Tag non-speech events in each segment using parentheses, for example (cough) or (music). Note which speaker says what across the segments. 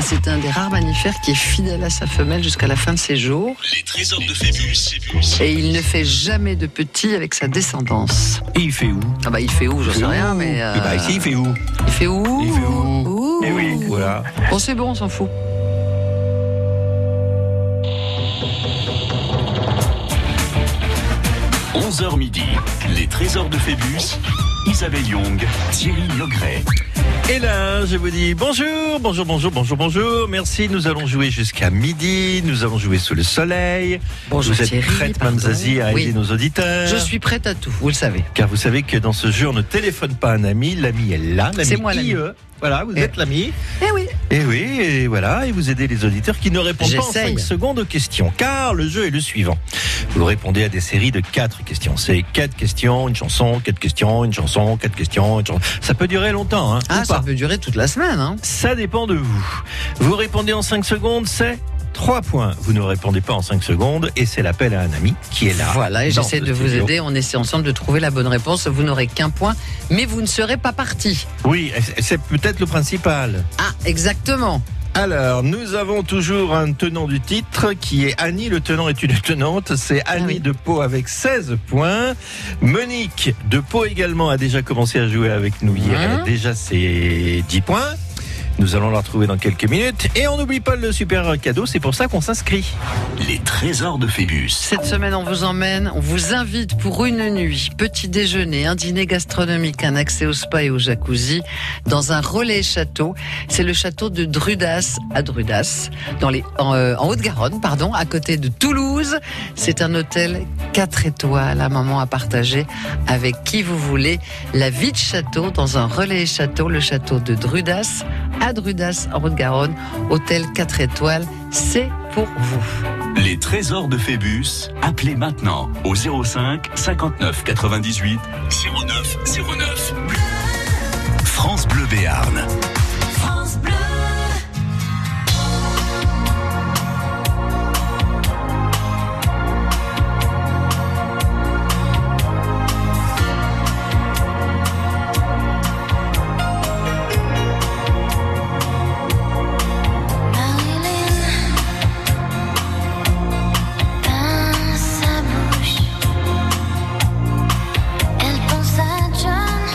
Speaker 1: C'est un des rares mammifères qui est fidèle à sa femelle jusqu'à la fin de ses jours.
Speaker 2: Les trésors de Phébus.
Speaker 1: Et il ne fait jamais de petits avec sa descendance.
Speaker 3: Et il fait où
Speaker 1: Ah bah il fait où, je sais rien, mais... euh,
Speaker 3: Eh ben, ici, il fait où
Speaker 1: il fait où
Speaker 3: Il fait où
Speaker 1: Ouh.
Speaker 3: Eh oui, voilà.
Speaker 1: Bon, c'est bon, on s'en fout.
Speaker 2: Phébus. 11h midi. Les trésors de Phébus. Isabelle Young, Thierry Logret.
Speaker 3: Et là, je vous dis bonjour, bonjour, bonjour, bonjour, bonjour. Merci. Nous allons jouer jusqu'à midi. Nous allons jouer sous le soleil.
Speaker 1: Bonjour,
Speaker 3: Vous êtes
Speaker 1: Thierry,
Speaker 3: prête, Mme
Speaker 1: pardon.
Speaker 3: Zazie, à
Speaker 1: Oui.
Speaker 3: aider nos auditeurs
Speaker 1: Je suis prête à tout, vous le savez.
Speaker 3: Car vous savez que dans ce jeu, on ne téléphone pas un ami. L'ami est là. l'ami
Speaker 1: C'est moi, l'ami.
Speaker 3: IE. Voilà, vous
Speaker 1: Eh.
Speaker 3: êtes l'ami.
Speaker 1: Eh oui
Speaker 3: Et oui, et voilà, et vous aidez les auditeurs qui ne répondent pas en
Speaker 1: J'essaye.
Speaker 3: 5 secondes aux questions. Car le jeu est le suivant. Vous répondez à des séries de 4 questions. C'est 4 questions, une chanson, 4 questions, une chanson, 4 questions, une chanson. Ça peut durer longtemps, hein,
Speaker 1: Ah,
Speaker 3: ou
Speaker 1: ça
Speaker 3: pas.
Speaker 1: peut durer toute la semaine, hein
Speaker 3: Ça dépend de vous. Vous répondez en 5 secondes, c'est 3 points. Vous ne répondez pas en 5 secondes, et c'est l'appel à un ami qui est là.
Speaker 1: Voilà, et
Speaker 3: dans
Speaker 1: j'essaie
Speaker 3: le
Speaker 1: de vous
Speaker 3: studio.
Speaker 1: aider. On essaie ensemble de trouver la bonne réponse. Vous n'aurez qu'un point, mais vous ne serez pas parti.
Speaker 3: Oui, c'est peut-être le principal.
Speaker 1: Ah, exactement.
Speaker 3: Alors, nous avons toujours un tenant du titre qui est Annie. Le tenant est une tenante. C'est Annie
Speaker 1: Ah oui.
Speaker 3: de Pau avec 16 points. Monique de Pau également a déjà commencé à jouer avec nous hier. Elle a
Speaker 1: Hein
Speaker 3: déjà ses 10 points. Nous allons la retrouver dans quelques minutes. Et on n'oublie pas le super cadeau. C'est pour ça qu'on s'inscrit.
Speaker 2: Les trésors de Phébus.
Speaker 1: Cette semaine, on vous emmène, on vous invite pour une nuit, petit déjeuner, un dîner gastronomique, un accès au spa et au jacuzzi, dans un relais château. C'est le château de Drudas à Drudas, dans les, en, euh, en Haute-Garonne, pardon, à côté de Toulouse. C'est un hôtel 4 étoiles, à maman à partager avec qui vous voulez. La vie de château dans un relais château, le château de Drudas à Drudas en Haute-Garonne, hôtel 4 étoiles, c'est pour vous.
Speaker 2: Les trésors de Phébus. Appelez maintenant au 05 59 98 09 09. France Bleu Béarn.
Speaker 4: Dans sa bouche, elle pense à John.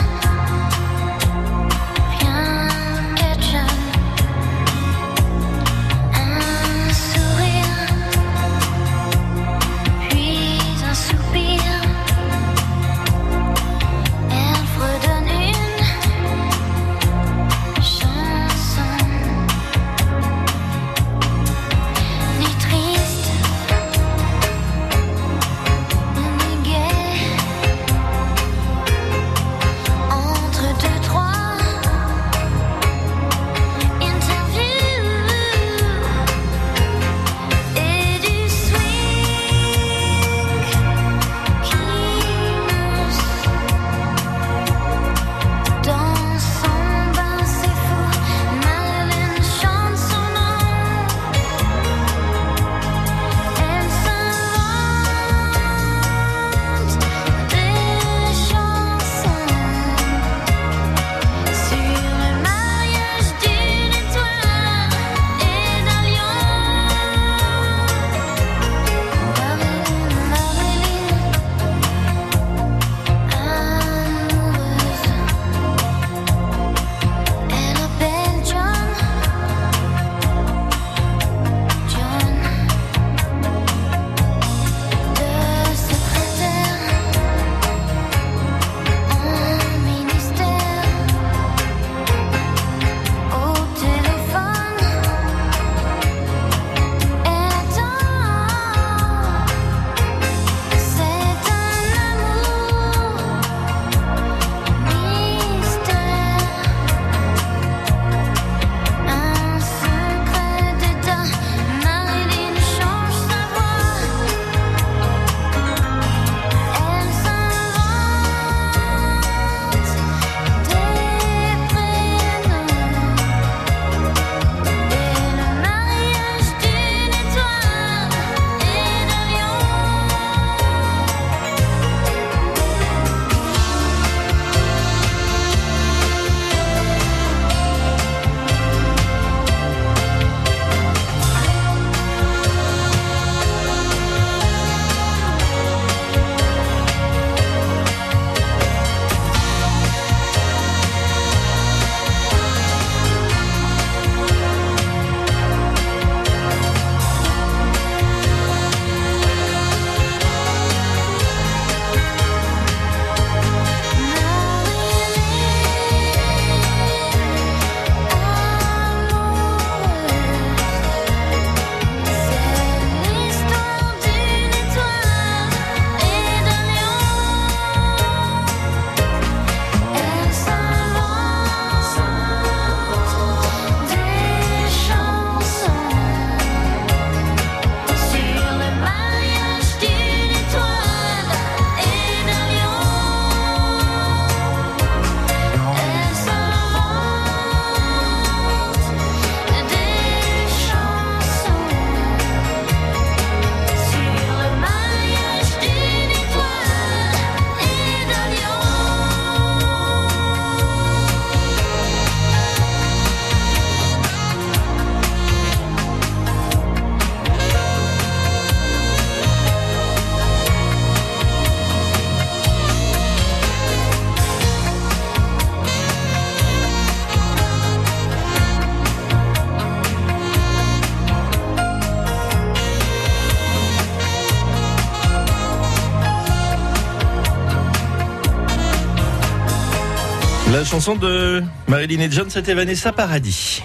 Speaker 3: La chanson de Marilyn et John, c'était Vanessa Paradis.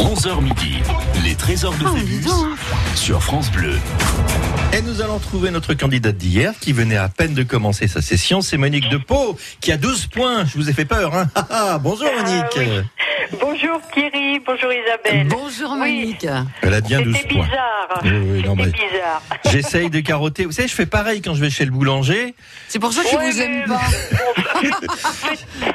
Speaker 2: 11h midi, les trésors
Speaker 1: Ah,
Speaker 2: de Phébus sur France Bleu.
Speaker 3: Et nous allons trouver notre candidate d'hier qui venait à peine de commencer sa session. C'est Monique de Pau qui a 12 points. Je vous ai fait peur. Hein (laughs) Ah, ah, Bonjour
Speaker 4: Ah,
Speaker 3: Monique.
Speaker 4: oui. Bonjour Thierry, bonjour Isabelle.
Speaker 1: Bonjour
Speaker 4: Oui.
Speaker 1: Monique.
Speaker 3: Elle a bien 12
Speaker 4: C'était
Speaker 3: points.
Speaker 4: bizarre.
Speaker 3: Oui, oui, non,
Speaker 4: C'était
Speaker 3: mais-
Speaker 4: bizarre.
Speaker 3: J'essaye de carotter. Vous savez, je fais pareil quand je vais chez le boulanger.
Speaker 1: C'est pour ça qu'il
Speaker 4: Ouais,
Speaker 1: vous
Speaker 4: mais-
Speaker 1: aime pas. (laughs)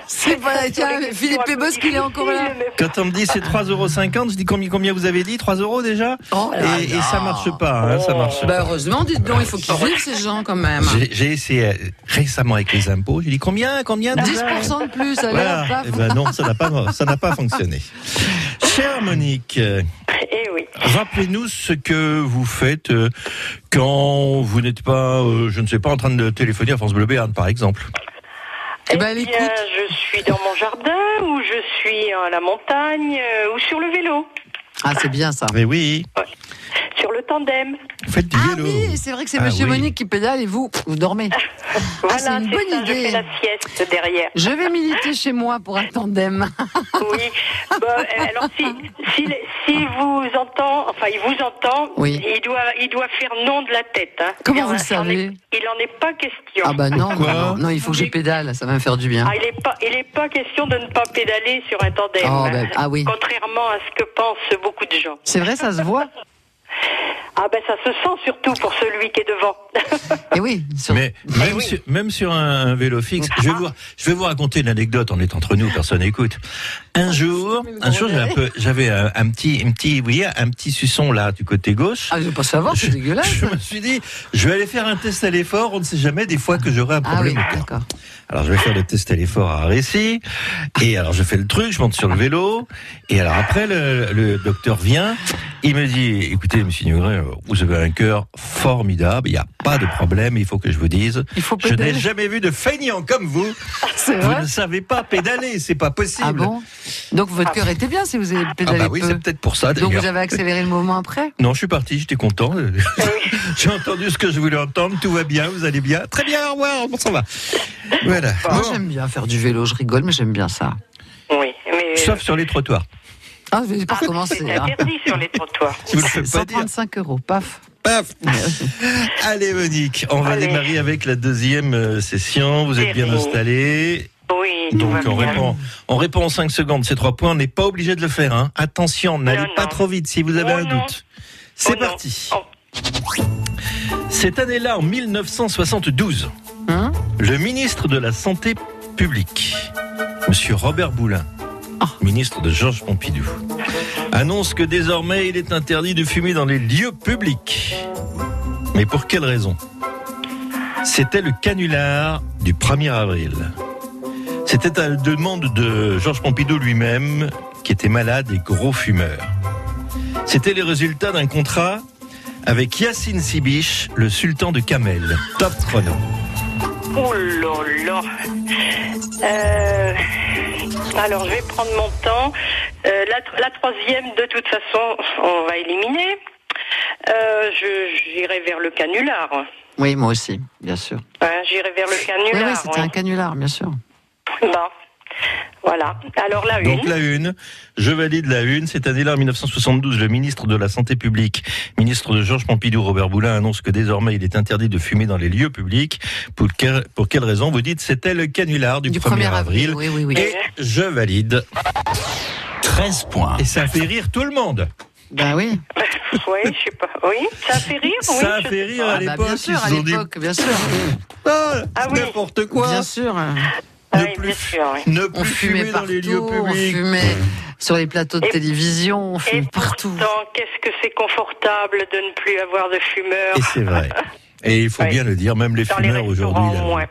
Speaker 1: C'est pas tiens, (laughs) Philippe Pébos qu'il est encore là.
Speaker 3: Quand on me dit c'est 3,50€, je dis combien, combien vous avez dit 3 euros déjà
Speaker 1: Oh là
Speaker 3: et, et
Speaker 1: là.
Speaker 3: ça marche pas. hein, ça marche
Speaker 1: Bah
Speaker 3: pas.
Speaker 1: heureusement, dites donc, il faut qu'ils vivent ces gens quand même.
Speaker 3: J'ai- J'ai essayé euh, récemment avec les impôts. J'ai dit combien, combien
Speaker 1: Bah,
Speaker 3: déjà
Speaker 1: 10% de plus, allez, hop,
Speaker 3: Voilà.
Speaker 1: hop.
Speaker 3: Eh ben non, ça n'a pas, ça n'a pas
Speaker 1: (laughs)
Speaker 3: fonctionné. Chère Monique, euh,
Speaker 4: Et Eh oui.
Speaker 3: rappelez-nous ce que vous faites euh, quand vous n'êtes pas, euh, je ne sais pas, en train de téléphoner à France Bleu Béarn, par exemple.
Speaker 1: Eh ben, elle
Speaker 4: bien,
Speaker 1: écoute.
Speaker 4: je suis dans mon jardin ou je suis à la montagne euh, ou sur le vélo,
Speaker 1: Ah, c'est bien ça.
Speaker 3: Mais oui,
Speaker 4: sur le tandem.
Speaker 3: vous faites du
Speaker 1: Ah
Speaker 3: vélo.
Speaker 1: oui, c'est vrai que c'est
Speaker 3: Ah
Speaker 1: Monsieur
Speaker 3: oui.
Speaker 1: Monique qui pédale et vous, vous dormez.
Speaker 4: Voilà,
Speaker 1: c'est une bonne
Speaker 4: ça, Je
Speaker 1: idée.
Speaker 4: fais la sieste derrière.
Speaker 1: Je vais militer chez moi pour un tandem. (laughs)
Speaker 4: Oui. Bon, euh, alors si, si, si vous entend, enfin il vous entend,
Speaker 1: Oui.
Speaker 4: il doit, il doit faire non de la tête. hein.
Speaker 1: Comment
Speaker 4: Il
Speaker 1: vous
Speaker 4: en- il
Speaker 1: le
Speaker 4: en est-
Speaker 1: savez
Speaker 4: Il en est pas question.
Speaker 1: Ah bah non,
Speaker 3: Pourquoi
Speaker 1: non, non, il faut que je pédale, ça va me faire du bien.
Speaker 4: Ah, il n'est pas, il est pas question de ne pas pédaler sur un tandem.
Speaker 1: Oh,
Speaker 4: hein.
Speaker 1: ben, ah oui.
Speaker 4: Contrairement à ce que pensent beaucoup de gens.
Speaker 1: C'est vrai, ça se voit
Speaker 4: Ah ben ça se sent surtout pour celui qui est devant. (laughs)
Speaker 1: Eh Ah oui, Ah. sur-
Speaker 3: Mais même, sur, même sur un, un vélo fixe, je vais, vous, je vais vous raconter une anecdote. On est entre nous, personne n'écoute.
Speaker 1: Ah,
Speaker 3: Un jour, un jour, j'avais un peu, j'avais un, un petit, un petit, oui, un petit suçon là du côté gauche.
Speaker 1: Ah, je veux pas savoir, c'est dégueulasse.
Speaker 3: Je me suis dit, je vais aller faire un test à l'effort. On ne sait jamais des fois que j'aurai un
Speaker 1: Ah oui,
Speaker 3: problème. au cœur.
Speaker 1: d'accord.
Speaker 3: Alors je vais faire le test à l'effort à Récy. Et alors je fais le truc, je monte sur le vélo. Et alors après, le, le docteur vient. Il me dit, écoutez, monsieur Nigret, vous avez un cœur formidable. Il n'y a pas de problème. Il faut que je vous dise,
Speaker 1: Il faut
Speaker 3: je n'ai
Speaker 1: pédaler.
Speaker 3: jamais vu de feignant comme vous.
Speaker 1: (laughs) C'est
Speaker 3: Vous
Speaker 1: vrai
Speaker 3: ne savez pas pédaler. C'est pas possible.
Speaker 1: Ah bon Donc votre cœur était bien si vous avez
Speaker 3: Ah
Speaker 1: pédalé
Speaker 3: bah oui,
Speaker 1: peu.
Speaker 3: c'est peut-être pour ça.
Speaker 1: Donc
Speaker 3: d'ailleurs.
Speaker 1: vous avez accéléré le mouvement après
Speaker 3: Non, je suis parti, j'étais content. (laughs) J'ai entendu ce que je voulais entendre, tout va bien, vous allez bien. Très bien, au revoir, bon, ça va. Voilà.
Speaker 1: Moi
Speaker 3: Bon.
Speaker 1: j'aime bien faire du vélo, je rigole, mais j'aime bien ça.
Speaker 4: Oui, mais euh,
Speaker 3: Sauf sur les trottoirs.
Speaker 1: Ah, je vais pas recommencer.
Speaker 4: c'est
Speaker 1: hein.
Speaker 4: interdit sur les
Speaker 3: (laughs)
Speaker 4: trottoirs.
Speaker 3: Si vous le faites pas dire.
Speaker 1: 135 euros, paf.
Speaker 3: Paf (laughs) Allez Monique, on va
Speaker 4: Allez.
Speaker 3: démarrer avec la deuxième euh, session. Vous êtes bien
Speaker 4: Merci.
Speaker 3: installés.
Speaker 4: Oui, tout
Speaker 3: Donc
Speaker 4: va
Speaker 3: on
Speaker 4: bien.
Speaker 3: répond, on répond en 5 secondes. Ces trois points, on n'est pas obligé de le faire. hein. Attention, n'allez
Speaker 4: Non,
Speaker 3: pas
Speaker 4: non.
Speaker 3: trop vite si vous avez
Speaker 4: Oh
Speaker 3: un
Speaker 4: non.
Speaker 3: doute. C'est
Speaker 4: Oh non.
Speaker 3: parti.
Speaker 4: Oh.
Speaker 3: Cette année-là, en 1972,
Speaker 1: Hein
Speaker 3: le ministre de la Santé publique, Monsieur Robert Boulin,
Speaker 1: Ah.
Speaker 3: ministre de Georges Pompidou, annonce que désormais il est interdit de fumer dans les lieux publics. Mais pour quelle raison C'était le canular du 1er avril. C'était à la demande de Georges Pompidou lui-même, qui était malade et gros fumeur. C'était les résultats d'un contrat avec Yassine Sibiche, le sultan de Camel. Top chrono.
Speaker 4: Oh là là. Euh, alors je vais prendre mon temps. Euh, la, tr- la troisième, de toute façon, on va éliminer. Euh, je- J'irai vers le canular.
Speaker 1: Oui, moi aussi, bien sûr.
Speaker 4: Hein, J'irai vers le
Speaker 1: Oui,
Speaker 4: canular.
Speaker 1: oui, c'était un canular, bien sûr.
Speaker 4: oui. Bon. Bah, Voilà. Alors la
Speaker 3: Donc
Speaker 4: une.
Speaker 3: la une, je valide la une. Cette année-là, en 1972, le ministre de la Santé publique, ministre de Georges Pompidou, Robert Boulin, annonce que désormais il est interdit de fumer dans les lieux publics. Pour, que- pour quelle raison Vous dites c'était le canular du, 1er avril.
Speaker 1: Oui, oui, oui.
Speaker 3: Et je valide.
Speaker 2: 13 points.
Speaker 3: Et ça fait rire tout le monde.
Speaker 1: Bah oui.
Speaker 4: Oui, je sais pas. Oui, ça fait rire. oui,
Speaker 3: Ça
Speaker 4: je
Speaker 3: fait
Speaker 4: sais
Speaker 3: rire
Speaker 4: pas.
Speaker 3: à
Speaker 1: Ah bah,
Speaker 3: l'époque.
Speaker 1: bien
Speaker 3: ils
Speaker 1: sûr, à
Speaker 3: se sont dit,
Speaker 1: l'époque, bien sûr.
Speaker 3: Ah,
Speaker 4: Ah oui.
Speaker 3: N'importe quoi.
Speaker 1: Bien sûr.
Speaker 4: Ah
Speaker 3: ne
Speaker 4: oui,
Speaker 3: plus-
Speaker 4: bien sûr, oui.
Speaker 3: Ne
Speaker 1: On
Speaker 3: plus
Speaker 1: fumait
Speaker 3: fumer dans
Speaker 1: partout,
Speaker 3: les lieux
Speaker 1: on
Speaker 3: publics.
Speaker 1: fumait sur les plateaux de
Speaker 4: Et-
Speaker 1: télévision, on
Speaker 4: Et
Speaker 1: fumait partout.
Speaker 4: pourtant, qu'est-ce que c'est confortable de ne plus avoir de fumeurs
Speaker 3: Et c'est vrai. Et il faut
Speaker 4: Oui.
Speaker 3: bien le dire, même les
Speaker 4: dans les
Speaker 3: fumeurs aujourd'hui.
Speaker 4: restaurants,
Speaker 3: là.
Speaker 4: moins.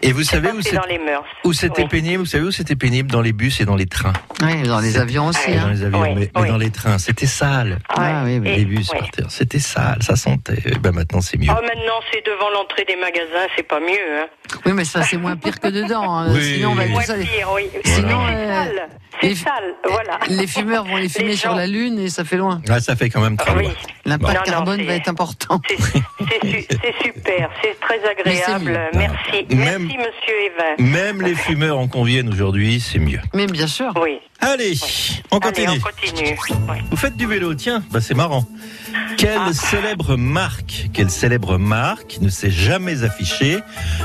Speaker 3: Et vous savez où
Speaker 4: c'est
Speaker 3: c'est
Speaker 4: dans les mœurs.
Speaker 3: Où c'était
Speaker 4: Oui.
Speaker 3: pénible, vous savez où c'était pénible Dans les bus et dans les trains.
Speaker 1: Oui, dans les
Speaker 3: C'est-
Speaker 1: avions aussi.
Speaker 4: Oui,
Speaker 3: Dans
Speaker 1: hein.
Speaker 3: les avions,
Speaker 4: Oui,
Speaker 3: mais, mais
Speaker 4: oui.
Speaker 3: dans les trains, c'était sale.
Speaker 1: Ah oui, oui.
Speaker 4: Et-
Speaker 3: les bus
Speaker 4: oui.
Speaker 3: par terre, c'était sale, ça sentait. Eh ben maintenant c'est mieux.
Speaker 4: Oh, maintenant, c'est devant l'entrée des magasins, c'est pas mieux. Hein.
Speaker 1: Oui, mais ça, c'est moins pire que dedans. hein.
Speaker 3: Oui.
Speaker 1: Sinon, on va
Speaker 4: Moins
Speaker 1: tous aller-
Speaker 4: pire, oui.
Speaker 1: Sinon,
Speaker 4: c'est
Speaker 1: euh,
Speaker 4: sale. C'est
Speaker 1: les-
Speaker 4: sale, voilà.
Speaker 1: Les fumeurs vont les fumer
Speaker 4: Les
Speaker 1: sur
Speaker 4: gens-
Speaker 1: la Lune et ça fait loin.
Speaker 3: Ah, ça fait quand même très
Speaker 4: Oui,
Speaker 3: loin.
Speaker 1: L'impact
Speaker 4: Bon. Non, non,
Speaker 1: carbone
Speaker 4: c'est-
Speaker 1: va être important. (laughs)
Speaker 4: c'est- c'est su- c'est super, c'est très
Speaker 1: Mais c'est mieux.
Speaker 4: agréable. Merci.
Speaker 3: Même Même-
Speaker 4: Merci, monsieur Evin.
Speaker 3: Même les fumeurs en conviennent aujourd'hui, c'est mieux.
Speaker 1: (laughs) Mais bien sûr.
Speaker 4: Oui.
Speaker 3: Allez, on
Speaker 4: Allez,
Speaker 3: continue.
Speaker 4: on continue. Oui.
Speaker 3: Vous faites du vélo, tiens, bah c'est marrant. Quelle
Speaker 4: Ah.
Speaker 3: célèbre marque, quelle célèbre marque ne s'est jamais affichée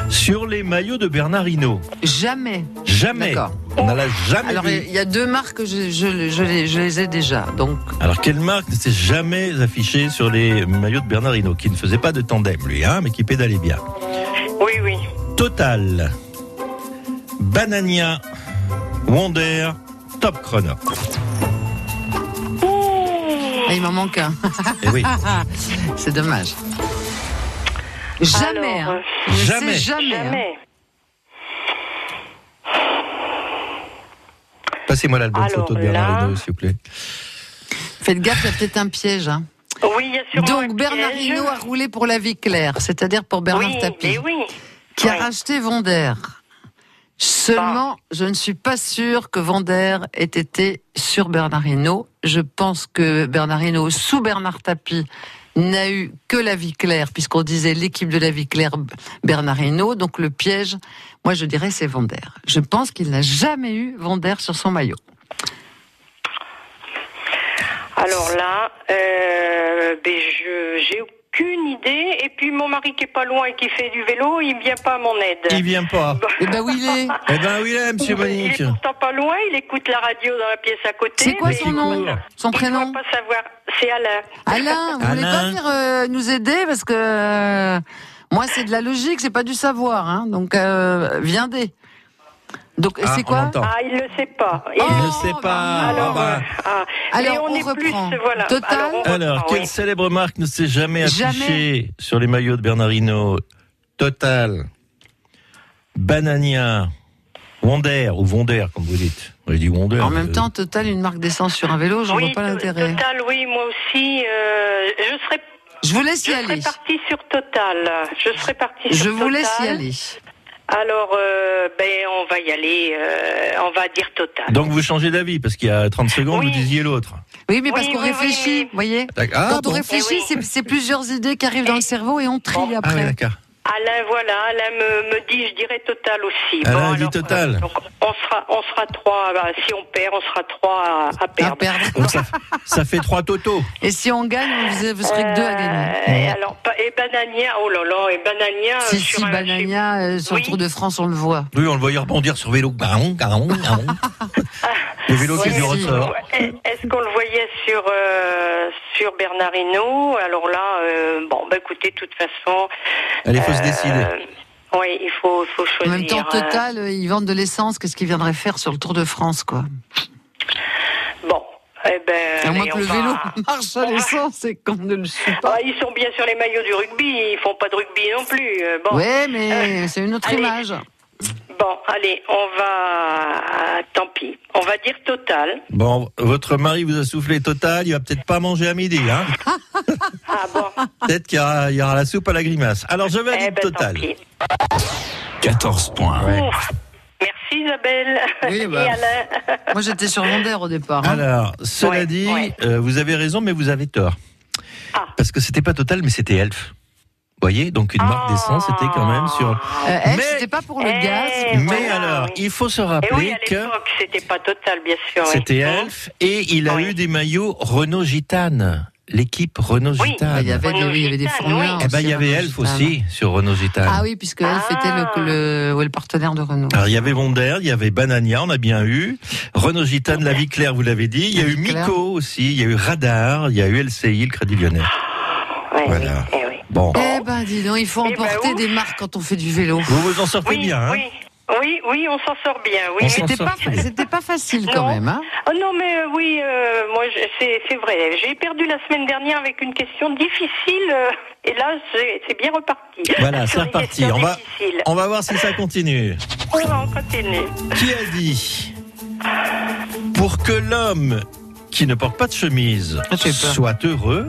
Speaker 3: sur les maillots de Bernard Hinault
Speaker 1: Jamais.
Speaker 3: Jamais.
Speaker 1: D'accord.
Speaker 3: On ne l'a jamais
Speaker 1: Alors,
Speaker 3: vue.
Speaker 1: il y a deux marques, que je, je- je les, je les ai déjà. Donc,
Speaker 3: Alors, quelle marque ne s'est jamais affichée sur les maillots de Bernard Hinault Qui ne faisait pas de tandem, lui, hein, mais qui pédalait bien.
Speaker 4: oui, oui.
Speaker 3: Total, Banania, Wonder, Top Chrono.
Speaker 1: ah, il m'en manque un. (laughs)
Speaker 3: Et Eh (laughs) oui,
Speaker 1: C'est dommage. Jamais.
Speaker 4: Alors,
Speaker 1: hein.
Speaker 4: euh,
Speaker 1: Je sais
Speaker 3: Jamais.
Speaker 1: Jamais. hein.
Speaker 4: Jamais.
Speaker 3: passez-moi l'album
Speaker 4: Alors
Speaker 3: photo de Bernard
Speaker 4: là-
Speaker 3: Hinault, s'il vous plaît.
Speaker 1: Faites gaffe, il y a peut-être un piège. hein.
Speaker 4: Oui, il y a sûrement
Speaker 1: Donc
Speaker 4: un
Speaker 1: Bernard
Speaker 4: piège.
Speaker 1: Hinault a roulé pour la vie claire, c'est-à-dire pour Bernard
Speaker 4: oui,
Speaker 1: Tapie,
Speaker 4: mais oui.
Speaker 1: qui a
Speaker 4: oui.
Speaker 1: racheté Vonder. Seulement, je ne suis pas sûre que Vonder ait été sur Bernard Hinault. Je pense que Bernard Hinault, sous Bernard Tapie, n'a eu que la vie claire, puisqu'on disait l'équipe de la vie claire Bernard Hinault. Donc le piège, moi je dirais c'est Vonder. Je pense qu'il n'a jamais eu Vonder sur son maillot.
Speaker 4: Alors là, euh, ben je j'ai aucune idée. Et puis mon mari qui est pas loin et qui fait du vélo, il vient pas à mon
Speaker 3: Il
Speaker 4: aide.
Speaker 3: vient pas.
Speaker 1: Eh ben oui, il est.
Speaker 3: Eh ben oui, là, monsieur
Speaker 4: il
Speaker 3: Monique.
Speaker 4: est pourtant pas loin, il écoute la radio dans la pièce à côté. (laughs)
Speaker 1: C'est quoi
Speaker 4: mais
Speaker 1: son
Speaker 4: il
Speaker 1: nom
Speaker 4: doit-
Speaker 1: Son prénom
Speaker 4: Il doit pas savoir. C'est Alain.
Speaker 1: Alain, vous voulez pas
Speaker 3: Alain.
Speaker 1: venir euh, nous aider parce que euh, moi c'est de la logique, c'est pas du savoir, hein, donc euh, viendez. Donc
Speaker 3: Ah,
Speaker 1: c'est
Speaker 3: on
Speaker 1: quoi
Speaker 3: l'entend.
Speaker 4: Ah, il le sait pas. Il
Speaker 1: Oh,
Speaker 3: Il ne sait pas.
Speaker 1: bah,
Speaker 3: Ah
Speaker 4: Alors,
Speaker 3: bah.
Speaker 4: euh, ah, mais
Speaker 1: Alors,
Speaker 4: on,
Speaker 1: on
Speaker 4: est
Speaker 1: reprend.
Speaker 4: plus, voilà.
Speaker 1: Total
Speaker 4: Alors, on
Speaker 3: Alors,
Speaker 4: reprend,
Speaker 3: quelle
Speaker 4: oui.
Speaker 3: célèbre marque ne s'est Ah, jamais affichée
Speaker 1: Jamais.
Speaker 3: sur les maillots de Bernardino Total, Banania, Wonder, ou Wonder, comme vous dites. Moi, je dis Wonder.
Speaker 1: En même
Speaker 3: euh,
Speaker 1: temps, Total une marque d'essence sur un vélo, j'en
Speaker 4: Oui,
Speaker 1: vois pas
Speaker 4: to-
Speaker 1: l'intérêt.
Speaker 4: Total, oui, moi aussi. euh, je serais,
Speaker 1: Je vous laisse
Speaker 4: je
Speaker 1: y
Speaker 4: serais
Speaker 1: aller.
Speaker 4: partie sur Total. Je serais partie sur
Speaker 1: Je
Speaker 4: Total.
Speaker 1: vous laisse y aller.
Speaker 4: Alors, euh, ben, on va y aller. euh, on va dire Total.
Speaker 3: Donc, vous changez d'avis, parce qu'il y a 30 secondes,
Speaker 4: Oui.
Speaker 3: vous disiez l'autre.
Speaker 1: Oui, mais parce
Speaker 4: Oui,
Speaker 1: qu'on
Speaker 4: oui, oui,
Speaker 1: réfléchit,
Speaker 4: oui.
Speaker 1: vous voyez.
Speaker 3: Ah,
Speaker 1: Quand
Speaker 3: bon.
Speaker 1: on réfléchit,
Speaker 4: Eh oui. Eh.
Speaker 1: c'est- c'est plusieurs idées qui arrivent dans le cerveau et on trie
Speaker 3: Ah oui,
Speaker 1: après.
Speaker 3: d'accord.
Speaker 4: Alain, voilà, Alain me, me dit, je dirais Total aussi.
Speaker 3: Alain dit Total.
Speaker 4: euh, donc, on sera, on sera trois. bah, si on perd, on sera trois à, à
Speaker 1: À
Speaker 4: perdre.
Speaker 1: perdre.
Speaker 3: Donc, ça, ça fait trois totos.
Speaker 1: Et si on gagne, vous, vous serez que deux à gagner.
Speaker 4: Euh, et alors, pas- et Banania, oh là là, et Banania. euh,
Speaker 1: Si,
Speaker 4: sur
Speaker 1: si,
Speaker 4: un-
Speaker 1: Banania, euh, sur le
Speaker 4: Oui.
Speaker 1: Tour de France, on le voit.
Speaker 3: Oui, on le voyait rebondir sur vélo. Garon, garon, garon. Le vélo qui
Speaker 1: Oui,
Speaker 3: est du
Speaker 1: oui.
Speaker 3: ressort.
Speaker 4: Est-ce qu'on le voyait sur euh, sur Bernardino Alors là, euh, bon, bah écoutez, de toute façon,
Speaker 3: Allez, faut se
Speaker 4: euh,
Speaker 3: décider.
Speaker 4: oui, il faut faut
Speaker 1: En
Speaker 4: choisir.
Speaker 1: même temps,
Speaker 4: hein.
Speaker 1: Total, euh, ils vendent de l'essence. Qu'est-ce qu'ils viendraient faire sur le Tour de France, quoi
Speaker 4: Bon, eh ben,
Speaker 1: À moins
Speaker 4: allez,
Speaker 1: que
Speaker 4: on
Speaker 1: le
Speaker 4: va-
Speaker 1: vélo marche à
Speaker 4: on va-
Speaker 1: l'essence et qu'on ne le suit pas.
Speaker 4: Ah, ils sont bien sur les maillots du rugby, ils font pas de rugby non plus. euh, Bon,
Speaker 1: Ouais,
Speaker 4: (laughs)
Speaker 1: mais c'est une autre
Speaker 4: allez.
Speaker 1: image.
Speaker 4: bon, allez, on va, tant pis, on va dire total.
Speaker 3: Bon, votre mari vous a soufflé total, il va peut-être pas manger à midi, hein.
Speaker 1: (laughs)
Speaker 4: Ah bon,
Speaker 3: Peut-être qu'il y, aura- il y aura la soupe à la grimace. Alors, je vais
Speaker 4: eh ben,
Speaker 3: total.
Speaker 4: tant pis.
Speaker 2: 14 points.
Speaker 4: Ouf. Merci Isabelle
Speaker 1: Oui,
Speaker 4: et
Speaker 1: bah.
Speaker 4: Alain.
Speaker 1: Moi, j'étais sur Vendeur au départ. hein.
Speaker 3: Alors, cela
Speaker 4: Ouais,
Speaker 3: dit,
Speaker 4: ouais.
Speaker 3: euh, vous avez raison, mais vous avez tort.
Speaker 4: Ah.
Speaker 3: Parce que c'était pas Total, mais c'était Elf. Vous voyez, donc une marque d'essence c'était quand même sur.
Speaker 1: Euh, elle,
Speaker 3: Mais-
Speaker 1: c'était pas pour le
Speaker 4: Ah. Eh,
Speaker 1: gaz.
Speaker 4: Et
Speaker 3: mais
Speaker 4: voilà,
Speaker 3: alors,
Speaker 4: oui.
Speaker 3: il faut se
Speaker 4: Et Eh oui,
Speaker 3: rappeler
Speaker 4: à
Speaker 3: que
Speaker 4: l'époque, c'était pas total, bien sûr. oui.
Speaker 3: c'était
Speaker 4: Hein
Speaker 3: Elf et il a
Speaker 4: Oui.
Speaker 3: eu des maillots Renault Gitane, l'équipe Renault
Speaker 4: Oui.
Speaker 1: Ah,
Speaker 3: Gitane.
Speaker 1: Il y avait des,
Speaker 4: Renault
Speaker 1: oui, il y avait des
Speaker 4: Gitane,
Speaker 1: Formule
Speaker 4: oui.
Speaker 1: 1
Speaker 3: Eh ben, il y avait
Speaker 1: aussi, Renault
Speaker 3: Elf
Speaker 1: Gitane.
Speaker 3: aussi sur Renault Gitane.
Speaker 1: Ah oui, puisque Elf
Speaker 4: Ah.
Speaker 1: était le, le- ouais, le partenaire de Renault.
Speaker 3: Alors, il y avait Wonder, il y avait Banania, on a bien eu. Renault Gitane, la vie claire, vous l'avez dit. Il y a
Speaker 1: La
Speaker 3: eu
Speaker 1: Vie Claire.
Speaker 3: Mico aussi, il y a eu Radar, il y a eu LCI, le Crédit Lyonnais.
Speaker 4: Ouais,
Speaker 3: Voilà.
Speaker 4: oui, eh oui.
Speaker 3: Bon,
Speaker 1: Eh ben, dis donc, il faut
Speaker 4: Eh ben,
Speaker 1: emporter
Speaker 4: ouf.
Speaker 1: des marques quand on fait du vélo.
Speaker 3: vous vous en sortez
Speaker 4: Oui,
Speaker 3: bien, hein
Speaker 4: oui, oui, oui, on s'en sort bien. Oui,
Speaker 3: On
Speaker 4: mais-
Speaker 3: s'en
Speaker 1: C'était pas,
Speaker 3: sortir.
Speaker 1: c'était pas facile quand
Speaker 4: Non.
Speaker 1: même. Hein
Speaker 4: Oh non, mais euh, oui, euh, moi, je- c'est c'est vrai. J'ai perdu la semaine dernière avec une question difficile, euh, et là, j'ai- c'est bien reparti.
Speaker 3: Voilà,
Speaker 4: Sur
Speaker 3: c'est
Speaker 4: des
Speaker 3: reparti.
Speaker 4: questions
Speaker 3: On va,
Speaker 4: difficiles.
Speaker 3: on va voir si ça continue.
Speaker 4: On va en continuer.
Speaker 3: Qui a dit Pour que l'homme qui ne porte pas de chemise
Speaker 1: Ah, j'ai peur.
Speaker 3: soit heureux,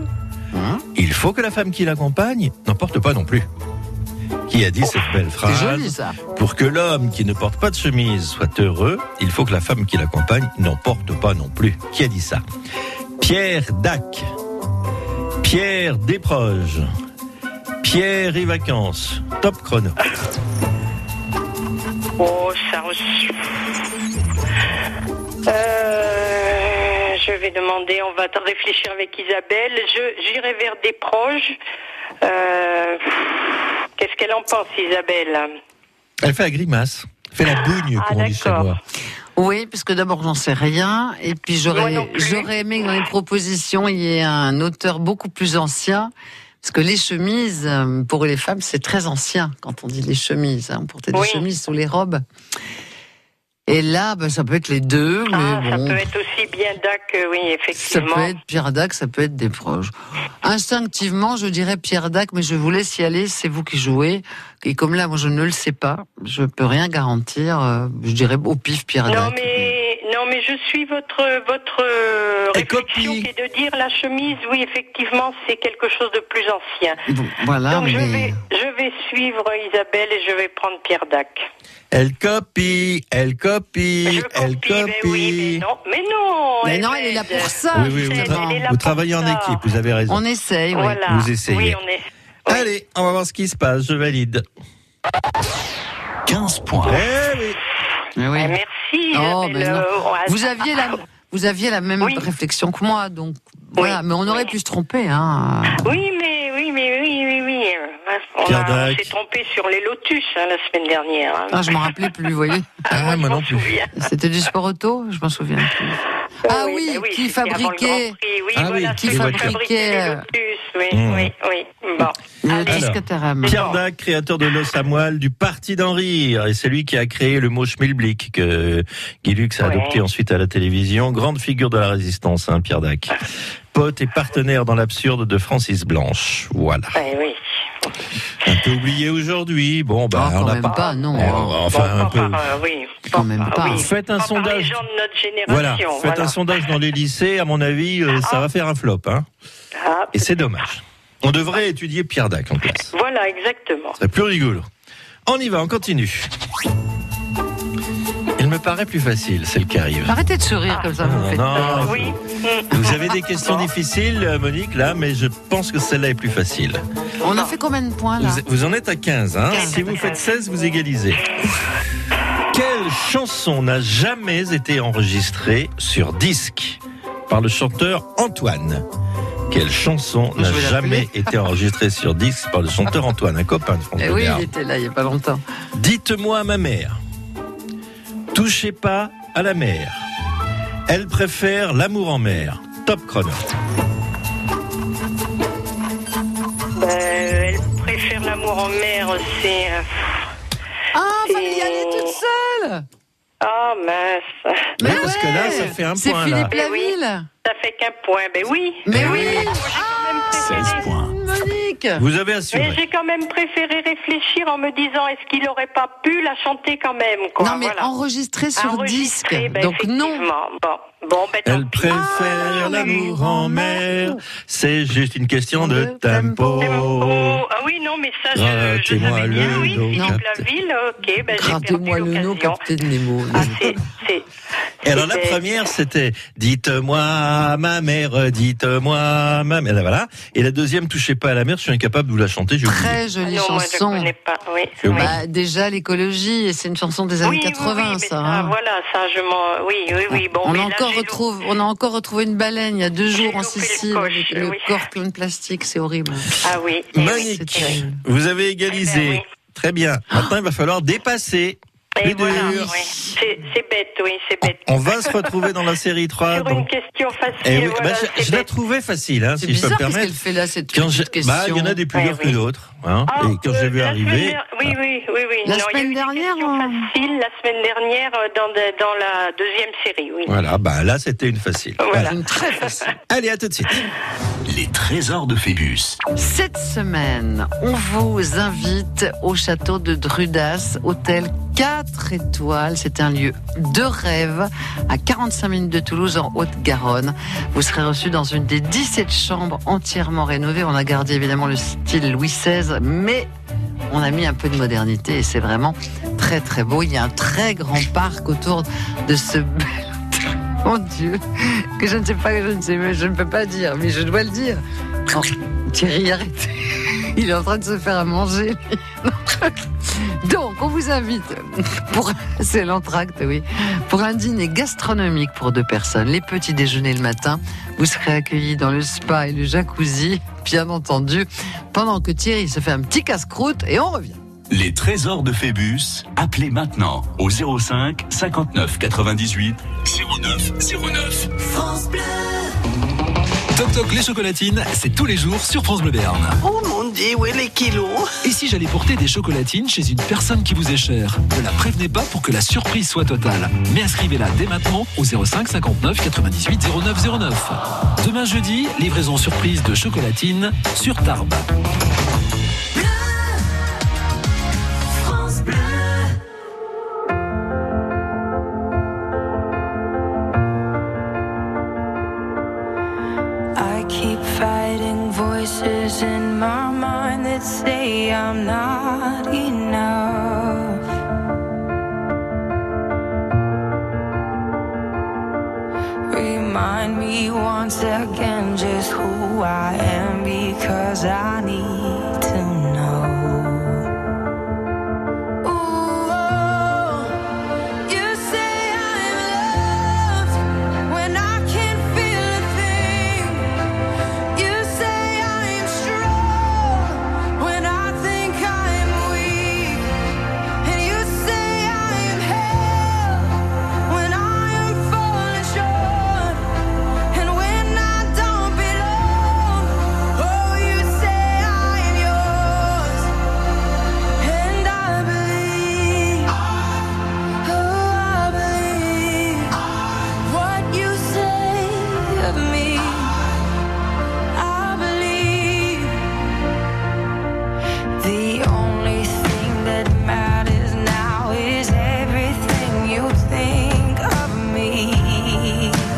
Speaker 1: Hein
Speaker 3: il faut que la femme qui l'accompagne n'en porte pas non plus. Qui a dit cette belle
Speaker 1: C'est
Speaker 3: phrase
Speaker 1: joli ça.
Speaker 3: Pour que l'homme qui ne porte pas de chemise soit heureux, il faut que la femme qui l'accompagne n'en porte pas non plus. Qui a dit ça Pierre Dac, Pierre Desproges, Pierre et Vacances, top chrono.
Speaker 4: Oh, ça aussi. Euh, je vais demander, on va réfléchir avec Isabelle. Je j'irai vers des proches. Euh, Qu'est-ce qu'elle en pense, Isabelle
Speaker 3: Elle fait la grimace. Elle fait la bougne,
Speaker 4: Ah,
Speaker 3: comme on dit chez
Speaker 4: d'accord.
Speaker 3: moi.
Speaker 1: Oui, parce que d'abord, j'en sais rien. Et puis,
Speaker 4: Moi
Speaker 1: j'aurais
Speaker 4: non plus.
Speaker 1: j'aurais aimé que dans les propositions, il y ait un auteur beaucoup plus ancien. Parce que les chemises, euh, pour les femmes, c'est très ancien quand on dit les chemises. hein. On portait des
Speaker 4: Oui.
Speaker 1: chemises sous les robes. Et là, ben, ça peut être les deux,
Speaker 4: Ah,
Speaker 1: mais
Speaker 4: ça
Speaker 1: bon.
Speaker 4: peut être aussi bien Dac, euh, oui,
Speaker 1: Ça peut
Speaker 4: effectivement.
Speaker 1: être Pierre Dac, ça peut être des proches. Instinctivement, je dirais Pierre Dac, mais je vous laisse y aller, c'est vous qui jouez. Et comme là, moi, je ne le sais pas, je peux rien garantir. euh, Je dirais au pif Pierre
Speaker 4: Non
Speaker 1: Dac.
Speaker 4: mais non mais je suis votre votre euh,
Speaker 3: Et
Speaker 4: réflexion
Speaker 3: copie.
Speaker 4: qui est de dire la chemise oui effectivement c'est quelque chose de plus ancien.
Speaker 1: Bon,
Speaker 3: Ah,
Speaker 1: voilà,
Speaker 4: Donc je
Speaker 1: mais-
Speaker 4: vais je vais suivre Isabelle et je vais prendre Pierre Dac.
Speaker 3: Elle copie, elle copie,
Speaker 4: Je
Speaker 3: elle
Speaker 4: copie, mais oui,
Speaker 3: copie.
Speaker 4: mais non, mais non.
Speaker 1: Mais
Speaker 4: elle
Speaker 1: non, elle est là
Speaker 4: m'aide.
Speaker 1: pour ça.
Speaker 3: oui, oui, vous,
Speaker 1: justement.
Speaker 4: elle est là
Speaker 3: vous
Speaker 4: pour
Speaker 3: travaillez en
Speaker 4: ça.
Speaker 3: équipe, vous avez raison.
Speaker 1: On essaye, Eh oui.
Speaker 4: Voilà.
Speaker 3: Vous essayez.
Speaker 4: Oui, on est. oui.
Speaker 3: Allez, on va voir ce qui se passe, je valide.
Speaker 4: Oh.
Speaker 2: 15 points.
Speaker 3: Eh oui.
Speaker 1: Mais oui.
Speaker 4: Ah, merci.
Speaker 1: Oh,
Speaker 4: Isabelle,
Speaker 1: mais non.
Speaker 4: euh, on-
Speaker 1: Vous aviez la, vous aviez la même
Speaker 4: Oui.
Speaker 1: réflexion que moi, donc voilà. Mais on aurait
Speaker 4: oui.
Speaker 1: pu se tromper, hein.
Speaker 4: Oui, mais oui, mais oui, oui, oui. euh, On,
Speaker 3: Pierre
Speaker 4: a- on
Speaker 3: Dac.
Speaker 4: s'est trompé sur les lotus hein, la semaine dernière. hein.
Speaker 1: Ah, je m'en rappelais plus, vous voyez.
Speaker 3: Ah, moi
Speaker 4: Je m'en
Speaker 3: non plus.
Speaker 4: souviens.
Speaker 1: C'était du sport auto, je m'en souviens. plus. Ah oui,
Speaker 4: bah
Speaker 1: qui
Speaker 4: c'était avant le
Speaker 1: fabriquait-
Speaker 4: Grand Prix, Oui,
Speaker 3: Ah oui,
Speaker 4: voilà,
Speaker 3: qui
Speaker 4: ceux
Speaker 3: fabriquait-
Speaker 4: fabriquaient les lotus. Oui,
Speaker 3: Mmh.
Speaker 4: oui, oui. Bon.
Speaker 1: Le
Speaker 4: Allez.
Speaker 3: Alors,
Speaker 1: Tiscatarame.
Speaker 4: Bah,
Speaker 3: Pierre Dac, créateur de Los à moelle, du Parti d'en rire, et c'est lui qui a créé le mot schmilblick que Guy Lux a
Speaker 4: Ouais.
Speaker 3: adopté ensuite à la télévision. Grande figure de la résistance, hein, Pierre Dac. Pote et partenaire dans l'absurde de Francis Blanche. Voilà.
Speaker 4: Ouais, bah oui.
Speaker 3: Un peu oublié aujourd'hui. Bon, bah,
Speaker 1: Ah, quand
Speaker 3: on n'a
Speaker 1: même
Speaker 3: pas.
Speaker 1: pas, non.
Speaker 4: Eh,
Speaker 3: Oh, enfin,
Speaker 4: Bon,
Speaker 3: un peu.
Speaker 4: pas par, euh, oui.
Speaker 1: Quand même pas.
Speaker 4: oui.
Speaker 3: Faites un
Speaker 4: Pas par les
Speaker 3: sondage.
Speaker 4: gens de notre
Speaker 3: Voilà.
Speaker 4: génération.
Speaker 3: Faites un sondage dans les lycées. À mon avis, euh, ça va faire un flop, hein.
Speaker 4: Ah,
Speaker 3: Et c'est dommage. On devrait étudier Pierre Dac en classe.
Speaker 4: Voilà, exactement.
Speaker 3: C'est plus rigolo. On y va, on continue. Il me paraît plus facile, celle qui arrive. Ah,
Speaker 1: Arrêtez de sourire comme ça, Ah, vous me faites
Speaker 3: Non,
Speaker 1: peur.
Speaker 3: non,
Speaker 4: Oui.
Speaker 3: Vous avez des questions difficiles, euh, Monique, là, mais je pense que celle-là est plus facile.
Speaker 1: On a fait combien de points là
Speaker 3: Vous, vous en êtes à 15, hein
Speaker 1: Quinze.
Speaker 3: Si vous faites 16, vous égalisez. Quelle chanson n'a jamais été enregistrée sur disque par le chanteur Antoine Quelle chanson
Speaker 1: Je
Speaker 3: n'a
Speaker 1: vais
Speaker 3: jamais été enregistrée sur disque par le chanteur Antoine, un copain de François
Speaker 1: Eh oui,
Speaker 3: Bérard
Speaker 1: il était là il n'y a pas longtemps.
Speaker 3: Dites-moi à ma mère. Touchez pas à la mer. Elle préfère l'amour en mer. Top chrono.
Speaker 4: Ben, elle préfère l'amour en mer, c'est. euh,
Speaker 1: Ah, fallait y
Speaker 4: Et-
Speaker 1: aller toute seule
Speaker 4: Ah mince,
Speaker 1: Mais
Speaker 3: Oui, parce que là, ça
Speaker 1: ouais,
Speaker 3: fait un
Speaker 1: C'est
Speaker 3: point, là.
Speaker 1: Philippe Laville
Speaker 4: ça fait qu'un point. Ben oui.
Speaker 1: Mais
Speaker 4: Ben
Speaker 1: oui.
Speaker 4: mais moi, j'ai quand même
Speaker 2: 16
Speaker 4: préféré-
Speaker 2: points.
Speaker 1: Monique
Speaker 3: Vous avez
Speaker 4: Mais
Speaker 3: assuré.
Speaker 4: j'ai quand même préféré réfléchir en me disant est-ce qu'il aurait pas pu la chanter quand même quoi.
Speaker 1: Non, mais
Speaker 4: Oh, voilà.
Speaker 1: enregistré sur
Speaker 4: Enregistrer,
Speaker 1: disque.
Speaker 4: ben,
Speaker 1: Donc non.
Speaker 4: effectivement. Bon, bon ben tant
Speaker 3: Elle
Speaker 4: pis.
Speaker 3: préfère l'amour en mer. C'est juste une question de tempo.
Speaker 4: Oh, ah oui, non, mais ça, je, je
Speaker 3: Grattez-moi
Speaker 4: savais bien,
Speaker 3: Ah, le
Speaker 4: oui,
Speaker 3: dos,
Speaker 4: Philippe
Speaker 3: capte-
Speaker 4: Laville, ok, ben j'ai
Speaker 1: Grattez-moi
Speaker 4: perdu
Speaker 1: le nom,
Speaker 4: l'occasion.
Speaker 1: captez de Nemo.
Speaker 4: Ah, c'est, c'est,
Speaker 3: Et alors la
Speaker 4: c'est-
Speaker 3: première, c'était Dites-moi ma mère, dites-moi ma mère. Ben Voilà. Et la deuxième, Touchez pas à la mer, je suis incapable de vous la chanter. j'ai oublié.
Speaker 1: Très jolie
Speaker 4: non, moi, je
Speaker 1: chanson.
Speaker 4: connais pas, oui.
Speaker 3: Je
Speaker 4: oui.
Speaker 3: connais.
Speaker 1: Bah, déjà l'écologie, et c'est une chanson des années
Speaker 4: Oui, oui,
Speaker 1: 80,
Speaker 4: oui, mais
Speaker 1: ça. hein.
Speaker 4: Voilà, ça, je m'en. Oui, oui, oui. Bon,
Speaker 1: on,
Speaker 4: mais
Speaker 1: a
Speaker 4: là,
Speaker 1: encore
Speaker 4: j'ai
Speaker 1: retrouve, on a encore retrouvé une baleine il y a deux jours en
Speaker 4: loupé le
Speaker 1: Sicile,
Speaker 4: coche,
Speaker 1: avec le
Speaker 4: oui.
Speaker 1: corps plein de plastique, c'est horrible.
Speaker 4: loupé- Ah oui. eh oui,
Speaker 3: Monique,
Speaker 4: eh oui.
Speaker 3: vous avez égalisé.
Speaker 4: Eh ben oui.
Speaker 3: Très bien. Maintenant, il va falloir dépasser.
Speaker 4: Et
Speaker 3: Plus
Speaker 4: Eh, voilà,
Speaker 3: dur.
Speaker 4: oui. C'est c'est bête, oui, c'est bête.
Speaker 3: On va se retrouver dans la série 3.
Speaker 4: Sur une
Speaker 3: donc-
Speaker 4: question facile,
Speaker 3: Ah, Eh oui,
Speaker 4: voilà,
Speaker 3: bah, je-
Speaker 4: c'est
Speaker 3: je la
Speaker 4: bête.
Speaker 3: trouvais facile, hein,
Speaker 1: C'est
Speaker 3: si je peux me
Speaker 1: bizarre qu'est-ce
Speaker 3: permettre.
Speaker 1: qu'elle fait là, cette
Speaker 3: Quand je-
Speaker 1: petite question.
Speaker 3: bah, il y en a des plus
Speaker 4: Ouais,
Speaker 3: durs que
Speaker 4: oui.
Speaker 3: d'autres. Hein,
Speaker 4: Ah,
Speaker 3: et quand je
Speaker 4: euh,
Speaker 3: l'ai vu
Speaker 4: la semaine
Speaker 3: arriver, Ah.
Speaker 4: der- Oui, oui, oui, oui.
Speaker 1: La
Speaker 4: Non, il y a eu
Speaker 1: semaine
Speaker 4: des
Speaker 1: dernière,
Speaker 4: questions
Speaker 1: euh,
Speaker 4: faciles la semaine dernière euh, dans, de- dans la deuxième série, oui.
Speaker 3: voilà, bah, là c'était une facile.
Speaker 4: Voilà.
Speaker 3: Voilà.
Speaker 1: Une très facile.
Speaker 3: Allez, à tout de suite.
Speaker 2: Les trésors de Phébus.
Speaker 1: Cette semaine, on vous invite au château de Drudas, hôtel 4 étoiles. C'est un lieu de rêve à 45 minutes de Toulouse en Haute-Garonne. Vous serez reçu dans une des 17 chambres entièrement rénovées. On a gardé évidemment le style Louis XVI, mais on a mis un peu de modernité et c'est vraiment très très beau. Il y a un très grand parc autour de ce bel hôtel. Mon Dieu, que je ne sais pas, que je ne sais, je ne peux pas dire, mais je dois le dire. Oh, Thierry, arrêtez. Il est en train de se faire à manger. (laughs) Donc, on vous invite pour c'est l'entracte, oui, pour un dîner gastronomique pour deux personnes, les petits déjeuners le matin. Vous serez accueillis dans le spa et le jacuzzi, bien entendu, pendant que Thierry se fait un petit casse-croûte et on revient.
Speaker 2: Les trésors de Phébus, appelez maintenant au 05 59 98 09 09.
Speaker 5: Toc Toc les chocolatines, c'est tous les jours sur France Bleu Béarn.
Speaker 6: Oh mon dieu, où est les kilos
Speaker 5: Et si j'allais porter des chocolatines chez une personne qui vous est chère Ne la prévenez pas pour que la surprise soit totale. Mais inscrivez-la dès maintenant au 05 59 98 09 09. Demain jeudi, livraison surprise de chocolatines sur Tarbes.
Speaker 7: I keep fighting voices in my mind that say I'm not enough. Remind me once again just who I am because I need to know. Ooh, oh, you say I'm loved when I can't feel a thing. You say I am strong when I think I am weak. And you say I am hell when I am falling short. And when I don't belong, oh, you say I am yours. And I believe, oh, I believe. What you say of me, I believe. The only thing that matters now is everything you think of me.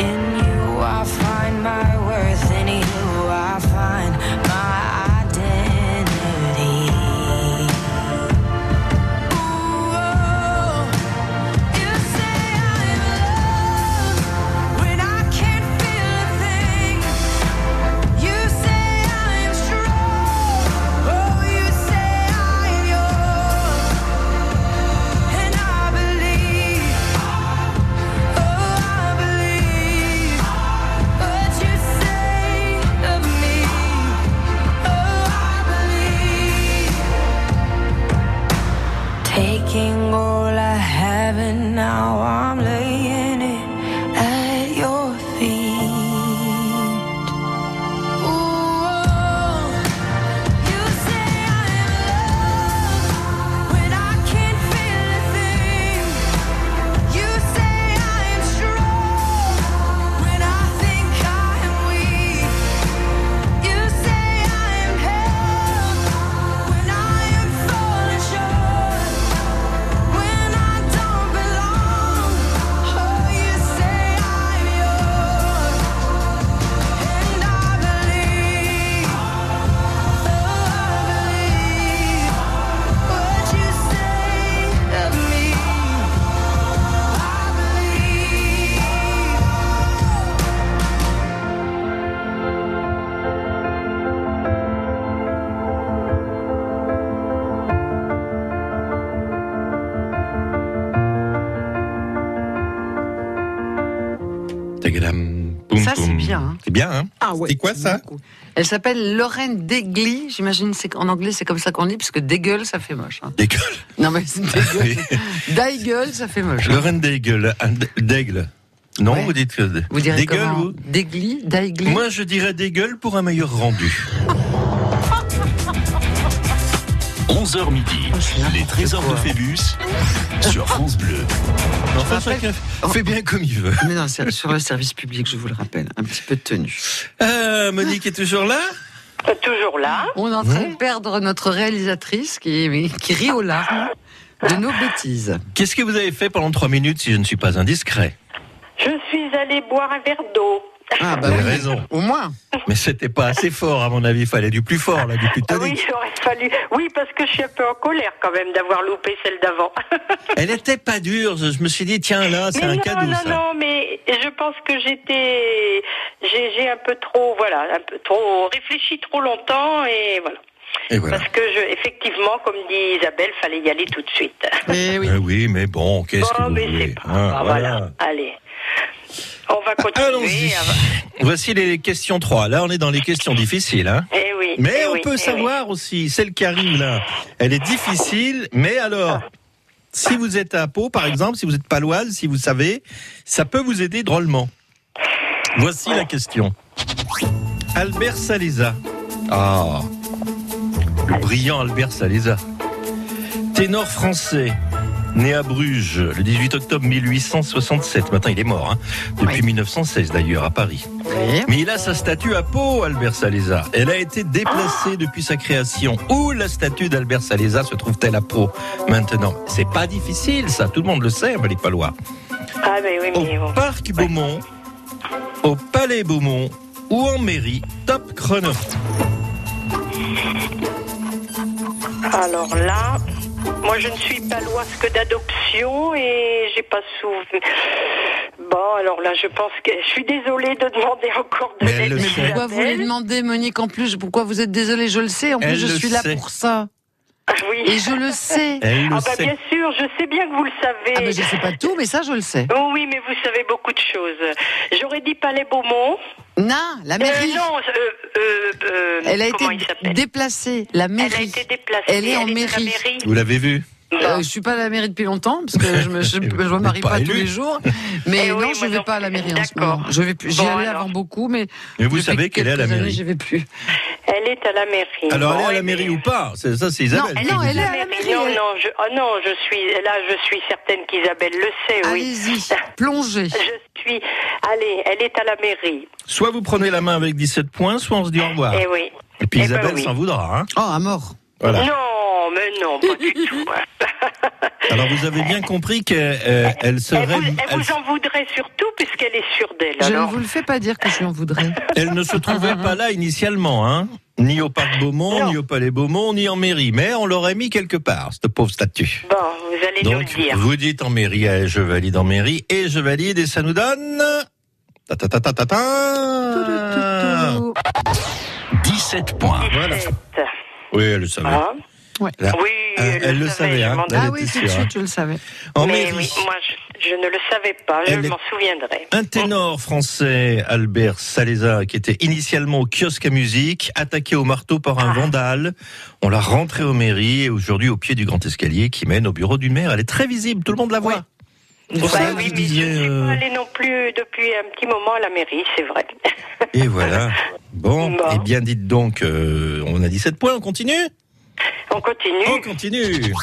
Speaker 7: In you, I find my worth. In you, I find my identity. You say I am loved when I can't feel a thing. You say I am strong. Oh, you say I am yours, and I believe. Oh, I believe what you say of me. Oh, I believe. Taking all I have and now I'm laying it at your feet. Ooh, you say I am loved when I can't feel a thing. You say I am strong when I think I am weak. You say I am held when I am falling short. When I don't belong, oh, you say I'm yours, and I believe, oh, I believe what you say of me. I believe.
Speaker 3: Tagadam, poum,
Speaker 1: Ça, c'est
Speaker 3: poum.
Speaker 1: bien, hein.
Speaker 3: C'est bien, hein
Speaker 6: Ah ouais.
Speaker 3: C'est quoi ça
Speaker 1: Elle s'appelle Lorraine Degli. J'imagine c'est en anglais c'est comme ça qu'on dit parce que dégueule ça fait moche. hein.
Speaker 3: Des gueules.
Speaker 1: Non mais c'est dégueule.
Speaker 3: Oui.
Speaker 1: Daigueule, ça fait moche.
Speaker 3: Lorraine Daigle. un d- Daigle. Non,
Speaker 1: Ouais.
Speaker 3: vous dites que.
Speaker 1: Vous direz
Speaker 3: Daigle,
Speaker 1: comment
Speaker 3: vous
Speaker 1: Degli, Daigli.
Speaker 3: Moi, je dirais des gueules pour un meilleur rendu.
Speaker 2: 11h midi,
Speaker 1: Oh, c'est n'importe
Speaker 2: les trésors de
Speaker 1: quoi.
Speaker 2: Phébus sur France Bleu.
Speaker 3: Enfin,
Speaker 1: rappelle-
Speaker 3: chacun fait bien comme il
Speaker 1: (laughs)
Speaker 3: veut.
Speaker 1: Mais non, c'est sur le service public, je vous le rappelle, un petit peu de tenue.
Speaker 3: Euh, Monique est toujours là
Speaker 4: Euh, Toujours là.
Speaker 1: On est en train de perdre notre réalisatrice qui, qui rit aux larmes de nos bêtises.
Speaker 3: Qu'est-ce que vous avez fait pendant trois minutes si je ne suis pas indiscret
Speaker 4: Je suis allée boire un verre d'eau
Speaker 1: Ah, bah
Speaker 3: Vous avez
Speaker 1: oui.
Speaker 3: raison.
Speaker 1: Au moins.
Speaker 3: Mais c'était pas assez fort, à mon avis. Il fallait du plus fort, là, du plus
Speaker 4: Ah oui,
Speaker 3: tonique.
Speaker 4: il aurait fallu. Oui, parce que je suis un peu en colère quand même d'avoir loupé celle d'avant.
Speaker 3: Elle était pas dure. Je je me suis dit, tiens, là, Ah, c'est
Speaker 4: mais
Speaker 3: un
Speaker 4: non,
Speaker 3: cadeau,
Speaker 4: non,
Speaker 3: ça.
Speaker 4: non, mais je pense que j'étais, j'ai j'ai un peu trop, voilà, un peu trop réfléchi trop longtemps et voilà.
Speaker 3: Et voilà.
Speaker 4: Parce que je, effectivement, comme dit Isabelle, fallait y aller tout de suite.
Speaker 1: Eh oui.
Speaker 3: Eh oui, mais bon, qu'est-ce que
Speaker 4: Bon,
Speaker 3: vous
Speaker 4: Oh, mais
Speaker 3: voulez
Speaker 4: c'est pas.
Speaker 3: hein,
Speaker 4: grave, voilà. allez, on va
Speaker 3: Allons-y.
Speaker 4: continuer.
Speaker 3: Voici les questions 3. Là, on est dans les questions difficiles. Hein.
Speaker 4: Eh oui.
Speaker 3: Mais
Speaker 4: eh
Speaker 3: on
Speaker 4: oui, eh
Speaker 3: peut
Speaker 4: oui.
Speaker 3: savoir aussi, celle qui arrive là, elle est difficile, mais alors,
Speaker 4: Ah.
Speaker 3: si vous êtes à Pau, par exemple, si vous êtes paloise, si vous savez, ça peut vous aider drôlement. Voici la question. Albert Saleza. Ah, le brillant Albert Saleza. Ténor français, né à Bruges le 18 octobre 1867. Maintenant, il est mort, hein, depuis
Speaker 1: Oui.
Speaker 3: 1916 d'ailleurs, à Paris.
Speaker 1: Eh Oui.
Speaker 3: Mais il a sa statue à Pau, Albert Saléza. Elle a été déplacée depuis sa création. Où la statue d'Albert Saléza se trouve-t-elle à Pau maintenant C'est pas difficile, ça. Tout le monde le sait, les Palois.
Speaker 4: Ah mais oui,
Speaker 3: Au
Speaker 4: mais bon.
Speaker 3: parc Beaumont, au palais Beaumont ou en mairie. Top chrono.
Speaker 4: Alors là, moi je ne suis paloise que d'adoption et j'ai pas souvenir. Bon, alors là, je pense que je suis désolée de demander encore de
Speaker 3: Mais elle
Speaker 4: l'aide
Speaker 3: le
Speaker 4: à
Speaker 3: sait.
Speaker 4: Isabelle.
Speaker 1: Pourquoi vous lui demandez, Monique, en plus, pourquoi vous êtes désolée, je le sais, en plus
Speaker 3: Elle
Speaker 1: je
Speaker 3: le
Speaker 1: suis là
Speaker 3: sait.
Speaker 1: pour ça.
Speaker 4: Ah oui.
Speaker 1: Et je le sais.
Speaker 3: Elle Eh, le
Speaker 4: Ah bah
Speaker 3: sait.
Speaker 4: bien sûr, je sais bien que vous le savez.
Speaker 1: Ah, mais je sais pas tout, mais ça, je le sais.
Speaker 4: Oh oui, mais vous savez beaucoup de choses. J'aurais dit Palais Beaumont.
Speaker 1: Non, la
Speaker 4: Euh,
Speaker 1: mairie,
Speaker 4: non, euh, euh, euh,
Speaker 1: Ah, elle a
Speaker 4: comment
Speaker 1: été
Speaker 4: il s'appelle
Speaker 1: déplacée. La
Speaker 4: Elle a
Speaker 1: mairie.
Speaker 4: été déplacée.
Speaker 1: Elle est en
Speaker 4: de la
Speaker 1: mairie.
Speaker 4: mairie.
Speaker 3: Vous l'avez vu
Speaker 1: Euh, je suis pas à la mairie depuis longtemps parce que je
Speaker 4: (laughs)
Speaker 1: me je,
Speaker 3: Vous
Speaker 1: je me marie
Speaker 3: n'êtes pas
Speaker 1: pas, tous
Speaker 3: élue.
Speaker 1: les jours. Mais
Speaker 4: Eh
Speaker 1: non,
Speaker 4: oui,
Speaker 1: je
Speaker 4: moi
Speaker 1: vais
Speaker 4: non
Speaker 1: pas à la
Speaker 4: plus.
Speaker 1: mairie en ce
Speaker 4: D'accord.
Speaker 1: moment. Je vais plus. J'y
Speaker 4: Bon,
Speaker 1: allais
Speaker 4: alors.
Speaker 1: avant beaucoup, mais
Speaker 3: Mais vous
Speaker 1: depuis
Speaker 3: savez qu'elle est à la
Speaker 1: quelques années,
Speaker 3: mairie.
Speaker 1: J'y vais plus.
Speaker 4: Elle est à la mairie.
Speaker 3: Alors, elle
Speaker 4: Bon,
Speaker 3: est à la
Speaker 4: eh
Speaker 3: mairie
Speaker 4: bien.
Speaker 3: ou pas C'est- Ça, c'est Isabelle.
Speaker 1: Non,
Speaker 3: qui
Speaker 1: non,
Speaker 3: vous
Speaker 1: elle est
Speaker 3: dit.
Speaker 1: à la mairie.
Speaker 4: Non,
Speaker 1: elle-
Speaker 4: non, je, ah non, je suis là, je suis certaine qu'Isabelle le sait, oui. (laughs)
Speaker 1: Allez-y, plongez.
Speaker 3: Ah,
Speaker 4: Je suis, allez, elle est à la mairie.
Speaker 3: Soit vous prenez la main avec 17 points, soit on se dit au revoir.
Speaker 4: Eh oui.
Speaker 3: Et puis
Speaker 4: Eh ben
Speaker 3: Isabelle
Speaker 4: oui.
Speaker 3: s'en voudra. hein.
Speaker 1: Oh, à mort.
Speaker 3: Voilà.
Speaker 4: Non, mais non, pas
Speaker 3: (laughs)
Speaker 4: du tout.
Speaker 3: Alors vous avez bien compris qu'elle euh, elle
Speaker 4: Elle
Speaker 3: serait,
Speaker 4: vous, elle
Speaker 3: elle,
Speaker 4: vous en voudrait surtout puisqu'elle est sûre d'elle.
Speaker 1: Je ne
Speaker 4: alors.
Speaker 1: vous le fais pas dire que je lui en voudrais.
Speaker 3: elle ne se trouvait pas là initialement, hein Ni au parc Beaumont,
Speaker 4: Non.
Speaker 3: ni au palais Beaumont, ni en mairie, mais on l'aurait mis quelque part, cette pauvre statue.
Speaker 4: Bon, vous allez nous le
Speaker 3: Donc
Speaker 4: dire.
Speaker 3: vous dites en mairie, eh, je valide en mairie et je valide et ça nous donne. Ta ta ta ta ta
Speaker 4: Ah,
Speaker 3: ta.
Speaker 1: Toutou.
Speaker 2: 17 points.
Speaker 3: Voilà.
Speaker 4: Sept.
Speaker 3: Oui, elle le savait.
Speaker 4: Hein
Speaker 3: Là,
Speaker 4: oui,
Speaker 3: euh,
Speaker 4: elle, le savait. je
Speaker 3: hein.
Speaker 4: m'en
Speaker 3: Elle
Speaker 1: Ah
Speaker 4: doute.
Speaker 3: était
Speaker 1: oui, tout de
Speaker 3: sûre, hein.
Speaker 1: suite, je le savais.
Speaker 3: En
Speaker 4: mais
Speaker 3: mairie.
Speaker 4: oui, moi, je, je ne le savais pas. Je
Speaker 3: Elle est-
Speaker 4: m'en souviendrai.
Speaker 3: Un ténor français, Albert Saléza, qui était initialement au kiosque à musique, attaqué au marteau par un vandale. On l'a rentré aux mairies et aujourd'hui au pied du grand escalier qui mène au bureau du maire. Elle est très visible, tout le monde la voit. Pour
Speaker 4: Bah
Speaker 3: ça, je
Speaker 4: oui, mais je ne
Speaker 3: disais,
Speaker 4: suis
Speaker 3: euh,
Speaker 4: pas allée non plus depuis un petit moment à la mairie, c'est vrai.
Speaker 3: Et voilà. Bon,
Speaker 4: Bon.
Speaker 3: eh bien dites donc, euh, on a 17 points, on continue
Speaker 4: On continue.
Speaker 3: On continue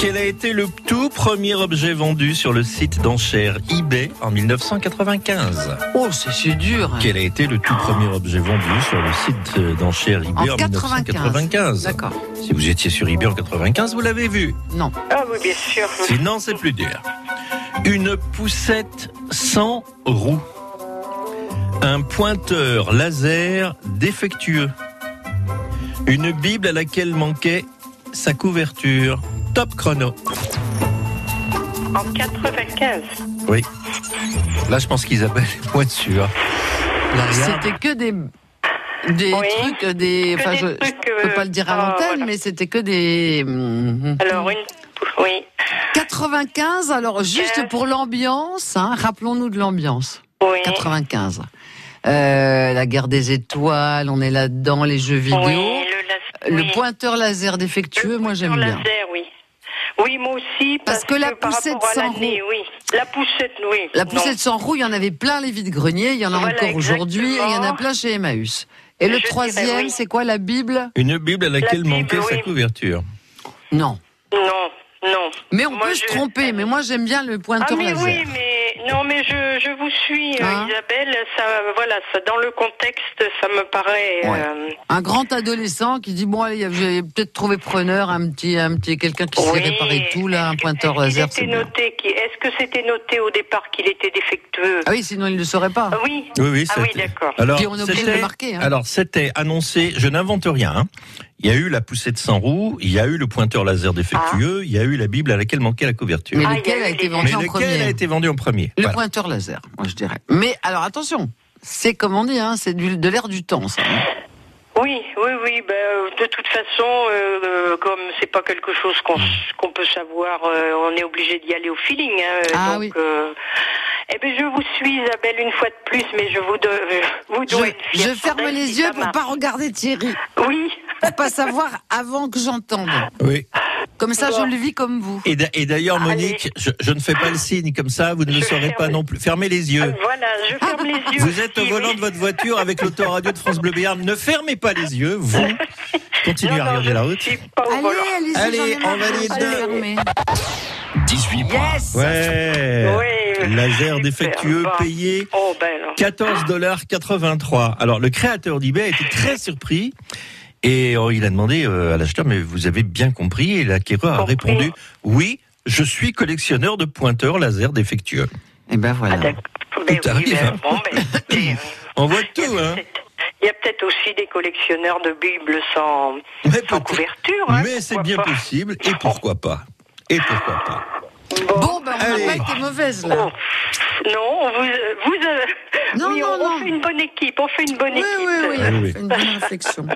Speaker 3: Quel a été le tout premier objet vendu sur le site d'enchères eBay en 1995
Speaker 1: Oh, c'est c'est dur.
Speaker 3: Quel a été le tout premier objet vendu sur le site euh, d'enchères eBay en,
Speaker 1: En 95.
Speaker 3: 1995
Speaker 1: D'accord.
Speaker 3: Si vous étiez sur eBay en 95, vous l'avez vu.
Speaker 1: Non.
Speaker 4: Ah oui, bien sûr.
Speaker 3: Sinon, c'est plus dur. Une poussette sans roue. Un pointeur laser défectueux. Une Bible à laquelle manquait sa couverture. Top chrono.
Speaker 4: En 95.
Speaker 3: Là, je pense qu'Isabelle est moins sûre. La regarde.
Speaker 1: C'était que des des
Speaker 4: Oui.
Speaker 1: trucs, euh, des.
Speaker 4: Que
Speaker 1: Enfin,
Speaker 4: des
Speaker 1: je,
Speaker 4: trucs,
Speaker 1: je peux
Speaker 4: euh,
Speaker 1: pas le dire à
Speaker 4: ah,
Speaker 1: l'antenne,
Speaker 4: voilà.
Speaker 1: mais c'était que des. Mhm.
Speaker 4: Alors, une. Oui.
Speaker 1: 95. Alors, juste
Speaker 4: Quinze.
Speaker 1: pour l'ambiance, hein, rappelons-nous de l'ambiance.
Speaker 4: Oui.
Speaker 1: 95. Euh, la guerre des étoiles, on est là-dedans, les jeux vidéo.
Speaker 4: Oui, le, las-
Speaker 1: Le
Speaker 4: oui.
Speaker 1: pointeur laser défectueux, moi j'aime
Speaker 4: Sur
Speaker 1: bien.
Speaker 4: laser, oui. Oui, moi aussi.
Speaker 1: Parce
Speaker 4: Parce,
Speaker 1: que la
Speaker 4: par
Speaker 1: poussette
Speaker 4: rapport à
Speaker 1: sans
Speaker 4: l'année, oui. La poussette, oui.
Speaker 1: La
Speaker 4: Non.
Speaker 1: poussette sans roue, il y en avait plein les vides greniers, il y en a
Speaker 4: Voilà,
Speaker 1: encore aujourd'hui, et il y en a
Speaker 4: exactement.
Speaker 1: plein chez Emmaüs. Et le
Speaker 4: Je dirais
Speaker 1: troisième,
Speaker 4: oui.
Speaker 1: c'est quoi la Bible
Speaker 3: Une Bible à laquelle
Speaker 4: Bible,
Speaker 3: manquait sa
Speaker 4: oui.
Speaker 3: couverture.
Speaker 1: Non.
Speaker 4: Non, non.
Speaker 1: Mais on
Speaker 4: Moi,
Speaker 1: peut se
Speaker 4: je-
Speaker 1: tromper, mais moi j'aime bien le
Speaker 4: Ah,
Speaker 1: pointeur
Speaker 4: mais
Speaker 1: laser.
Speaker 4: oui, mais. non, mais je, je vous suis, euh,
Speaker 1: Hein
Speaker 4: Isabelle. Ça, voilà, ça, dans le contexte, ça me paraît.
Speaker 1: Ouais.
Speaker 4: euh,
Speaker 1: Un grand adolescent qui dit bon allez, j'ai peut-être trouvé preneur, un petit, un petit quelqu'un qui sait
Speaker 4: Oui.
Speaker 1: réparer tout là, un pointeur
Speaker 4: est-ce qu'il
Speaker 1: laser.
Speaker 4: était
Speaker 1: c'est bien.
Speaker 4: noté qui- Est-ce que c'était noté au départ qu'il était défectueux
Speaker 1: Ah oui, sinon il ne le saurait pas.
Speaker 4: Ah Oui.
Speaker 3: Oui, oui,
Speaker 4: Ah oui,
Speaker 3: c'était-
Speaker 4: d'accord.
Speaker 3: Alors,
Speaker 1: Puis on est obligé de
Speaker 3: c'était- Ah,
Speaker 1: le marquer. hein.
Speaker 3: Alors, c'était annoncé, je n'invente rien. hein. Il y a eu la poussée de 100 roues, il y a eu le pointeur laser défectueux, il y a eu la Bible à laquelle manquait la couverture.
Speaker 1: Mais
Speaker 4: Ah,
Speaker 1: lequel
Speaker 4: il y a
Speaker 1: a
Speaker 4: eu
Speaker 1: été
Speaker 4: les-
Speaker 1: vendu en
Speaker 3: lequel a
Speaker 1: premier
Speaker 3: été vendu en premier
Speaker 1: Le
Speaker 3: Voilà.
Speaker 1: pointeur laser, moi je dirais. Mais alors attention, c'est comme on dit, hein, c'est du- de l'air du temps. Ça, hein.
Speaker 4: Oui, oui, oui. ben, euh, de toute façon, euh, euh, comme c'est pas quelque chose qu'on s- qu'on peut savoir, euh, on est obligé d'y aller au feeling. hein, euh,
Speaker 1: Ah
Speaker 4: donc,
Speaker 1: oui.
Speaker 4: euh, eh ben, je vous suis, Isabelle, une fois de plus, mais je vous, do- euh, vous dois
Speaker 1: Je,
Speaker 4: une
Speaker 1: je
Speaker 4: fière
Speaker 1: ferme
Speaker 4: chandelle,
Speaker 1: les
Speaker 4: si
Speaker 1: yeux
Speaker 4: ça
Speaker 1: pour
Speaker 4: marche.
Speaker 1: pas regarder Thierry,
Speaker 4: Oui.
Speaker 1: pour pas savoir avant que j'entende.
Speaker 3: Oui.
Speaker 1: Comme ça,
Speaker 4: Bon.
Speaker 1: je le vis comme vous.
Speaker 3: Et d'a- et d'ailleurs,
Speaker 4: Allez.
Speaker 3: Monique, je, je ne fais pas le signe comme ça, vous ne le
Speaker 4: Je
Speaker 3: saurez pas
Speaker 4: ferme.
Speaker 3: non plus. Fermez les yeux.
Speaker 4: (laughs) Voilà, je ferme les yeux.
Speaker 3: Euh, Vous êtes au
Speaker 4: aussi,
Speaker 3: volant
Speaker 4: oui.
Speaker 3: de votre voiture avec l'autoradio de France Bleu Béarn. Ne fermez pas les yeux, vous. Continuez
Speaker 4: Non,
Speaker 3: à
Speaker 4: non,
Speaker 3: regarder
Speaker 4: je
Speaker 3: la
Speaker 4: ne
Speaker 3: route.
Speaker 4: suis pas au volant.
Speaker 1: allez,
Speaker 3: Allez,
Speaker 1: j'en ai marre,
Speaker 3: on va les
Speaker 1: je vais
Speaker 3: deux.
Speaker 1: fermer.
Speaker 2: 18 points.
Speaker 1: Yes
Speaker 3: Ouais.
Speaker 4: Ouais,
Speaker 3: Euh, Laser
Speaker 4: super,
Speaker 3: défectueux
Speaker 4: bon.
Speaker 3: payé
Speaker 4: Oh, ben alors.
Speaker 3: 14,83$. Alors, le créateur d'eBay était très surpris. Et oh, il a demandé euh, à l'acheteur, mais vous avez bien compris Et l'acquéreur a
Speaker 4: Compris.
Speaker 3: répondu, oui, je suis collectionneur de pointeurs laser défectueux.
Speaker 1: Et ben
Speaker 4: Ah,
Speaker 1: voilà.
Speaker 4: d'accord. Ben oui,
Speaker 3: arrive,
Speaker 4: ben,
Speaker 3: hein.
Speaker 4: bon,
Speaker 3: (laughs)
Speaker 4: ben, écoutez, euh,
Speaker 3: On voit tout, hein
Speaker 4: Il y a peut-être aussi des collectionneurs de bibles sans,
Speaker 3: Mais,
Speaker 4: sans
Speaker 3: peut-être.
Speaker 4: couverture. hein,
Speaker 3: Mais c'est
Speaker 4: pourquoi
Speaker 3: bien
Speaker 4: pas.
Speaker 3: possible, et pourquoi pas Et pourquoi pas
Speaker 1: Bon, ben on
Speaker 3: Allez.
Speaker 1: n'a pas été mauvaise là.
Speaker 4: Oh, non, vous, vous euh,
Speaker 1: Non,
Speaker 4: oui,
Speaker 1: non,
Speaker 4: on, on
Speaker 1: non.
Speaker 4: fait une bonne équipe, on fait une bonne
Speaker 1: Oui,
Speaker 4: équipe.
Speaker 1: oui, oui,
Speaker 3: Ah oui, oui.
Speaker 1: une bonne réflexion.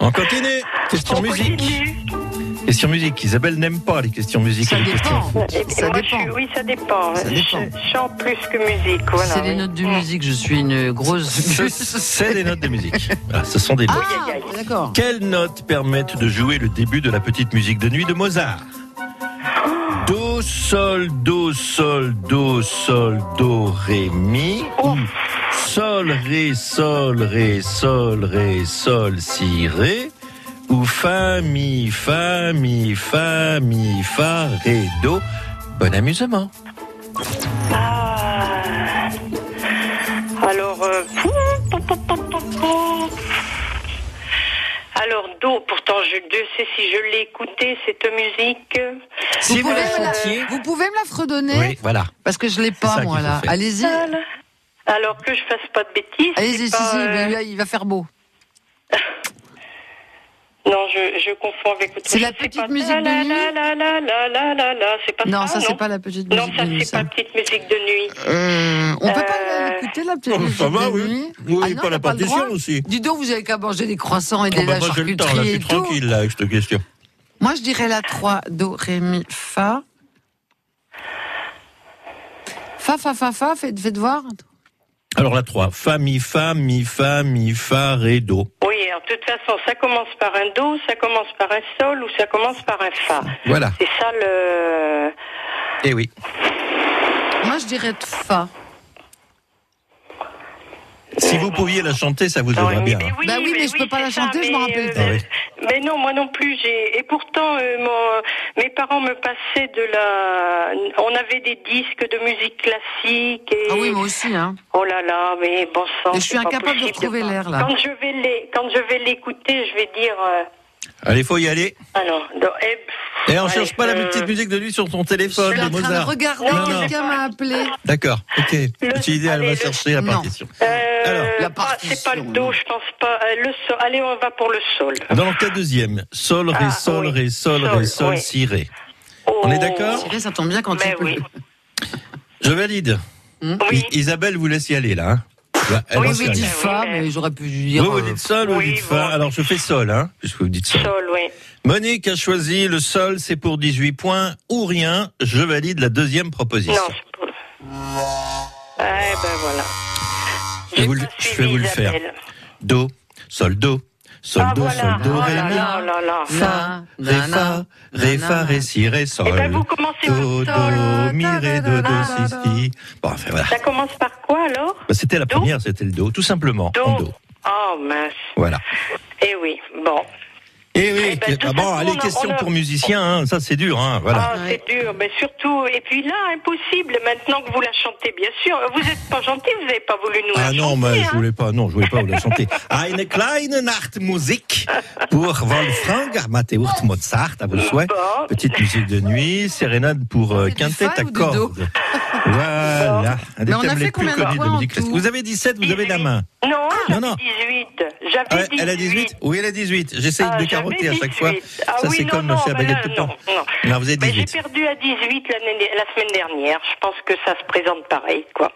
Speaker 3: On continue Question
Speaker 4: On
Speaker 3: musique
Speaker 4: continue.
Speaker 3: Question musique, Isabelle n'aime pas les questions musique
Speaker 1: Ça
Speaker 3: et les questions
Speaker 1: dépend.
Speaker 4: (laughs)
Speaker 3: foot.
Speaker 4: Et- et
Speaker 1: Ça
Speaker 4: moi,
Speaker 1: dépend.
Speaker 4: je suis- oui, ça dépend.
Speaker 1: Ça dépend.
Speaker 4: Je chante plus que musique. Voilà,
Speaker 1: c'est les
Speaker 4: oui.
Speaker 1: notes de musique, je suis une grosse
Speaker 3: Ce-
Speaker 1: buse.
Speaker 3: C'est des notes de musique. Voilà, ce sont des notes.
Speaker 1: Ah, d'accord.
Speaker 3: Quelles notes permettent de jouer le début de la petite musique de nuit de Mozart Do, sol, do, sol, do, sol, do, ré, mi. Ou Sol, ré, sol, ré, sol, ré, sol, si, ré. Ou fa, mi, fa, mi, fa, mi, fa, ré, do. Bon amusement.
Speaker 4: Ah. Alors, euh, alors Do, pourtant je Dieu sait si je l'ai écouté cette musique.
Speaker 1: Vous
Speaker 3: Si
Speaker 1: pouvez, me
Speaker 3: la
Speaker 1: la, vous pouvez me la fredonner
Speaker 3: Oui, voilà.
Speaker 1: Parce que je l'ai pas,
Speaker 3: ça qu'il
Speaker 1: moi,
Speaker 3: faut
Speaker 1: là.
Speaker 3: faire.
Speaker 1: Allez-y.
Speaker 4: Alors que je fasse pas de bêtises.
Speaker 1: Allez-y,
Speaker 4: c'est
Speaker 1: si,
Speaker 4: pas,
Speaker 1: si,
Speaker 4: euh,
Speaker 1: mais là, il va faire beau.
Speaker 4: Non, je, je confonds avec.
Speaker 1: C'est la
Speaker 4: Je sais
Speaker 1: petite
Speaker 4: pas.
Speaker 1: musique
Speaker 4: La,
Speaker 1: de
Speaker 4: la,
Speaker 1: nuit
Speaker 4: la, la, la, la, la, la, la. C'est pas
Speaker 1: Non, ça,
Speaker 4: Ah, non
Speaker 1: c'est pas la petite
Speaker 4: Non,
Speaker 1: musique
Speaker 4: ça
Speaker 1: de nuit,
Speaker 4: c'est pas
Speaker 1: ça.
Speaker 4: petite musique de nuit.
Speaker 1: Euh, on peut pas
Speaker 4: Euh,
Speaker 1: l'écouter, la petite
Speaker 3: Oh, ça
Speaker 1: musique
Speaker 3: va,
Speaker 1: de
Speaker 3: oui.
Speaker 1: nuit
Speaker 3: Oui,
Speaker 1: Ah non,
Speaker 3: pas
Speaker 1: on
Speaker 3: la
Speaker 1: a le droit
Speaker 3: partition aussi.
Speaker 1: Dis donc, vous avez qu'à manger des croissants et des
Speaker 3: Oh, bah,
Speaker 1: la
Speaker 3: moi, j'ai le temps, là, je
Speaker 1: charcuterie et
Speaker 3: suis
Speaker 1: tout.
Speaker 3: tranquille, là, avec cette question.
Speaker 1: Moi, je dirais la 3. Do, ré, mi, fa. Fa, fa, fa, fa, faites, faites voir.
Speaker 3: Alors la 3, fa, mi, fa, mi, fa, mi, fa, ré, do.
Speaker 4: Oui, alors de toute façon, ça commence par un Do, ça commence par un Sol ou ça commence par un Fa.
Speaker 3: Voilà.
Speaker 4: C'est ça le.
Speaker 3: Eh oui.
Speaker 1: Moi, je dirais fa.
Speaker 3: Si vous pouviez la chanter, ça vous
Speaker 4: Non,
Speaker 3: aiderait
Speaker 4: mais-
Speaker 3: bien.
Speaker 4: mais
Speaker 3: hein.
Speaker 4: oui,
Speaker 1: Bah oui, mais je peux pas la
Speaker 4: c'est
Speaker 1: chanter, je m'en
Speaker 4: mais,
Speaker 1: rappelle
Speaker 4: euh,
Speaker 1: pas.
Speaker 3: Ah oui.
Speaker 4: Mais non, moi non plus. J'ai et pourtant euh, mon- mes parents me passaient de la. On avait des disques de musique classique et.
Speaker 1: Ah oui, moi aussi, hein.
Speaker 4: Oh là là, mais bon sang.
Speaker 1: Mais je suis
Speaker 4: c'est pas
Speaker 1: incapable de
Speaker 4: possible
Speaker 1: retrouver
Speaker 4: pas-
Speaker 1: l'air, là.
Speaker 4: Quand je vais les, quand je vais l'écouter, je vais dire. euh,
Speaker 3: Allez, faut y aller.
Speaker 4: Ah non. non, eh, pff,
Speaker 3: Et on
Speaker 4: ouais,
Speaker 3: cherche pas la
Speaker 4: euh,
Speaker 3: petite musique de lui sur son
Speaker 1: Je
Speaker 3: téléphone,
Speaker 1: suis
Speaker 3: de
Speaker 1: en train de
Speaker 3: Mozart.
Speaker 1: regarder,
Speaker 4: Non,
Speaker 3: non.
Speaker 1: quelqu'un m'a appelé.
Speaker 3: D'accord. Ok. Petite idée, elle
Speaker 4: allez,
Speaker 3: va
Speaker 4: le-
Speaker 3: chercher la
Speaker 1: Non.
Speaker 3: partition.
Speaker 4: euh,
Speaker 3: Alors,
Speaker 1: la
Speaker 4: pas- c'est pas le
Speaker 1: partition,
Speaker 4: do,
Speaker 1: non.
Speaker 4: je pense pas. euh, le sol. Allez, on va pour le sol.
Speaker 3: Dans la deuxième, sol, ré,
Speaker 4: Ah,
Speaker 3: sol,
Speaker 4: oui.
Speaker 3: ré, sol, ré,
Speaker 4: Sol,
Speaker 3: sol,
Speaker 4: oui.
Speaker 3: si, ré.
Speaker 4: Oh.
Speaker 3: est d'accord
Speaker 1: Thierry, ça tombe bien quand
Speaker 4: Mais
Speaker 1: il pleut.
Speaker 4: oui.
Speaker 3: Je valide.
Speaker 4: Oh, Oui.
Speaker 3: I- Isabelle vous laisse y aller là. hein. Bah, elle
Speaker 1: Oui,
Speaker 3: en
Speaker 1: vous
Speaker 3: sait
Speaker 1: dites
Speaker 3: rien.
Speaker 1: fa,
Speaker 4: Oui, mais-
Speaker 1: mais j'aurais pu dire.
Speaker 3: Vous, vous
Speaker 1: euh,
Speaker 3: dites sol, vous
Speaker 4: Oui,
Speaker 3: dites fa.
Speaker 4: bon.
Speaker 3: Alors je fais sol, hein, puisque vous dites sol.
Speaker 4: Sol, oui.
Speaker 3: Monique a choisi le sol, c'est pour 18 points ou rien. Je valide la deuxième proposition.
Speaker 4: Non, c'est pas. Eh ben voilà.
Speaker 3: Je
Speaker 4: J'ai
Speaker 3: vous le-
Speaker 4: pas
Speaker 3: je vais
Speaker 4: suivi
Speaker 3: vous le faire.
Speaker 4: Isabelle.
Speaker 3: Do, sol, do, sol,
Speaker 4: Ah
Speaker 3: do,
Speaker 4: voilà.
Speaker 3: sol, do,
Speaker 4: oh
Speaker 3: ré,
Speaker 4: là
Speaker 3: mi.
Speaker 4: là, oh là là.
Speaker 1: Na,
Speaker 3: Ré,
Speaker 1: na,
Speaker 3: fa,
Speaker 1: na,
Speaker 3: ré,
Speaker 1: na,
Speaker 3: fa,
Speaker 1: na.
Speaker 3: ré, si, ré, sol.
Speaker 4: Eh ben vous commencez par
Speaker 3: Do,
Speaker 4: sol.
Speaker 3: do, mi, ré, do, do, si, si. Bon, enfin voilà.
Speaker 4: Ça commence par quoi alors
Speaker 3: Bah, c'était la
Speaker 4: Do.
Speaker 3: première, c'était le do, tout simplement.
Speaker 4: Do.
Speaker 3: En do.
Speaker 4: Oh mince.
Speaker 3: Voilà.
Speaker 4: Eh oui. Bon.
Speaker 3: Eh oui,
Speaker 4: Eh ben, de toute
Speaker 3: ah bon,
Speaker 4: façon,
Speaker 3: les
Speaker 4: on a-
Speaker 3: questions
Speaker 4: on a-
Speaker 3: pour musiciens, hein, ça c'est dur, hein, voilà.
Speaker 4: Ah, c'est dur, mais surtout, et puis là, impossible, maintenant que vous la chantez, bien sûr. Vous n'êtes pas gentil, vous n'avez pas voulu nous la
Speaker 3: Ah
Speaker 4: chanter.
Speaker 3: non, mais je
Speaker 4: hein.
Speaker 3: voulais pas, non, je voulais pas vous la (laughs) chanter. Eine kleine Nachtmusik pour Wolfgang Amadeus Mozart, à vos souhaits.
Speaker 4: Bon.
Speaker 3: Petite musique de nuit, sérénade pour euh,
Speaker 1: Oh, C'est du
Speaker 3: quintet
Speaker 1: fa
Speaker 3: à
Speaker 1: ou du do (laughs)
Speaker 3: cordes. Voilà, un des
Speaker 1: Mais on a
Speaker 3: thèmes
Speaker 1: fait
Speaker 3: les plus
Speaker 1: combien de
Speaker 3: connus de
Speaker 1: fois en
Speaker 3: musique classique.
Speaker 1: tout
Speaker 3: Vous avez 17, vous avez la main.
Speaker 4: Non,
Speaker 3: Ah, non,
Speaker 4: j'avais
Speaker 3: non.
Speaker 4: 18. J'avais
Speaker 3: Ah,
Speaker 4: 18.
Speaker 3: elle a 18 Oui, elle a 18. J'essaye
Speaker 4: Ah,
Speaker 3: de
Speaker 4: j'avais
Speaker 3: carotter à chaque fois.
Speaker 4: 18. Ah
Speaker 3: ça,
Speaker 4: oui,
Speaker 3: c'est
Speaker 4: non,
Speaker 3: comme
Speaker 4: non,
Speaker 3: faire
Speaker 4: ben
Speaker 3: baguette
Speaker 4: là,
Speaker 3: de pain.
Speaker 4: non, non.
Speaker 3: Non, vous êtes
Speaker 4: Ben, j'ai
Speaker 3: 18.
Speaker 4: perdu à 18 l'année- la semaine dernière. Je pense que ça se présente pareil, quoi.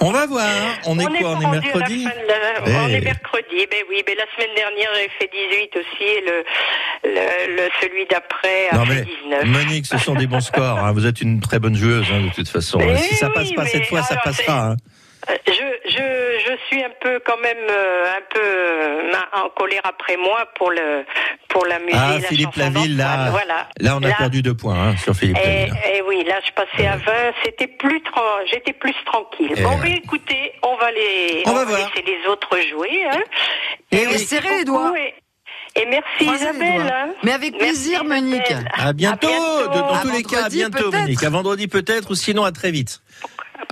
Speaker 3: On va voir. On est
Speaker 4: pas
Speaker 3: quoi On est
Speaker 4: rendu à la
Speaker 3: mercredi
Speaker 4: fin de la- On
Speaker 3: Eh.
Speaker 4: est mercredi, ben oui, ben la semaine dernière j'ai fait 18 aussi, et le, le, le- celui d'après a
Speaker 3: Non,
Speaker 4: fait
Speaker 3: mais (laughs)
Speaker 4: 19.
Speaker 3: Monique, ce sont des bons scores. hein. Vous êtes une très bonne joueuse, hein, de toute façon.
Speaker 4: Mais
Speaker 3: si ça passe
Speaker 4: oui,
Speaker 3: pas
Speaker 4: mais
Speaker 3: cette fois, ça
Speaker 4: alors,
Speaker 3: passera. hein.
Speaker 4: Euh, Je, je, je suis un peu quand même euh, un peu euh, ma- en colère après moi pour le pour la musique.
Speaker 3: Ah,
Speaker 4: la
Speaker 3: Philippe
Speaker 4: chanson
Speaker 3: Laville,
Speaker 4: d'Antoine,
Speaker 3: là,
Speaker 4: Voilà.
Speaker 3: là, on a
Speaker 4: Là,
Speaker 3: perdu deux points hein, sur Philippe
Speaker 4: Et,
Speaker 3: Laville, hein.
Speaker 4: et oui, là je passais à 20, c'était plus tran- j'étais plus tranquille.
Speaker 3: Eh
Speaker 4: bon,
Speaker 3: ouais.
Speaker 4: ben écoutez, on va les
Speaker 3: On va
Speaker 4: va
Speaker 3: voir.
Speaker 4: laisser les autres jouer. Hein.
Speaker 1: Et
Speaker 4: oui,
Speaker 1: Eh, serrez les
Speaker 4: coucou,
Speaker 1: doigts.
Speaker 4: Et, et merci
Speaker 1: Croisez les
Speaker 4: Isabelle.
Speaker 1: doigts.
Speaker 4: hein.
Speaker 1: Mais avec
Speaker 4: Merci,
Speaker 1: plaisir,
Speaker 4: Isabelle.
Speaker 1: Monique.
Speaker 3: À bientôt,
Speaker 4: bientôt.
Speaker 3: de- dans
Speaker 4: À
Speaker 3: tous les cas, à
Speaker 1: vendredi,
Speaker 3: bientôt,
Speaker 1: peut-être.
Speaker 3: Monique. À vendredi peut-être, ou sinon à très vite.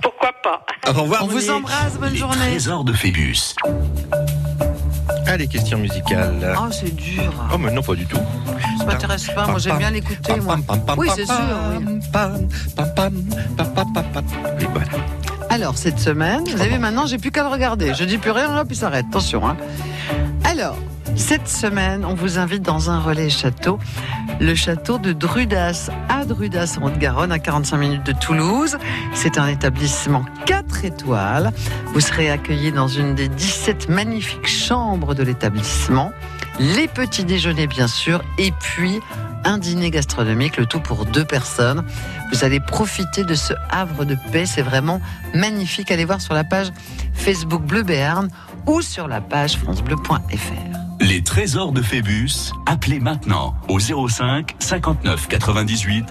Speaker 4: Pourquoi pas
Speaker 3: Au revoir,
Speaker 1: On vous
Speaker 3: Monique.
Speaker 1: embrasse, bonne
Speaker 2: Les
Speaker 1: journée.
Speaker 2: trésors de Phébus.
Speaker 3: Allez, questions musicales.
Speaker 1: Oh, c'est dur.
Speaker 3: Oh, mais non, pas du tout.
Speaker 1: Ça m'intéresse pas, moi j'aime bien l'écouter, moi.
Speaker 3: Pam, pam, pam,
Speaker 1: Oui,
Speaker 3: pam,
Speaker 1: c'est sûr. oui.
Speaker 3: pam, pam, pam, pam, pam, pam, pam, pam. Oui, voilà.
Speaker 1: Alors, cette semaine, vous avez maintenant, j'ai plus qu'à le regarder. Je dis plus rien, là, puis ça arrête. Attention. hein. Alors, cette semaine, on vous invite dans un relais château, le château de Drudas, à Drudas, en Haute-Garonne, à 45 minutes de Toulouse. C'est un établissement 4 étoiles. Vous serez accueillis dans une des 17 magnifiques chambres de l'établissement. Les petits déjeuners, bien sûr, et puis un dîner gastronomique, le tout pour deux personnes. Vous allez profiter de ce havre de paix. C'est vraiment magnifique. Allez voir sur la page Facebook Bleu Béarn ou sur la page francebleu.fr.
Speaker 2: Les trésors de Phébus. Appelez maintenant au 05 59 98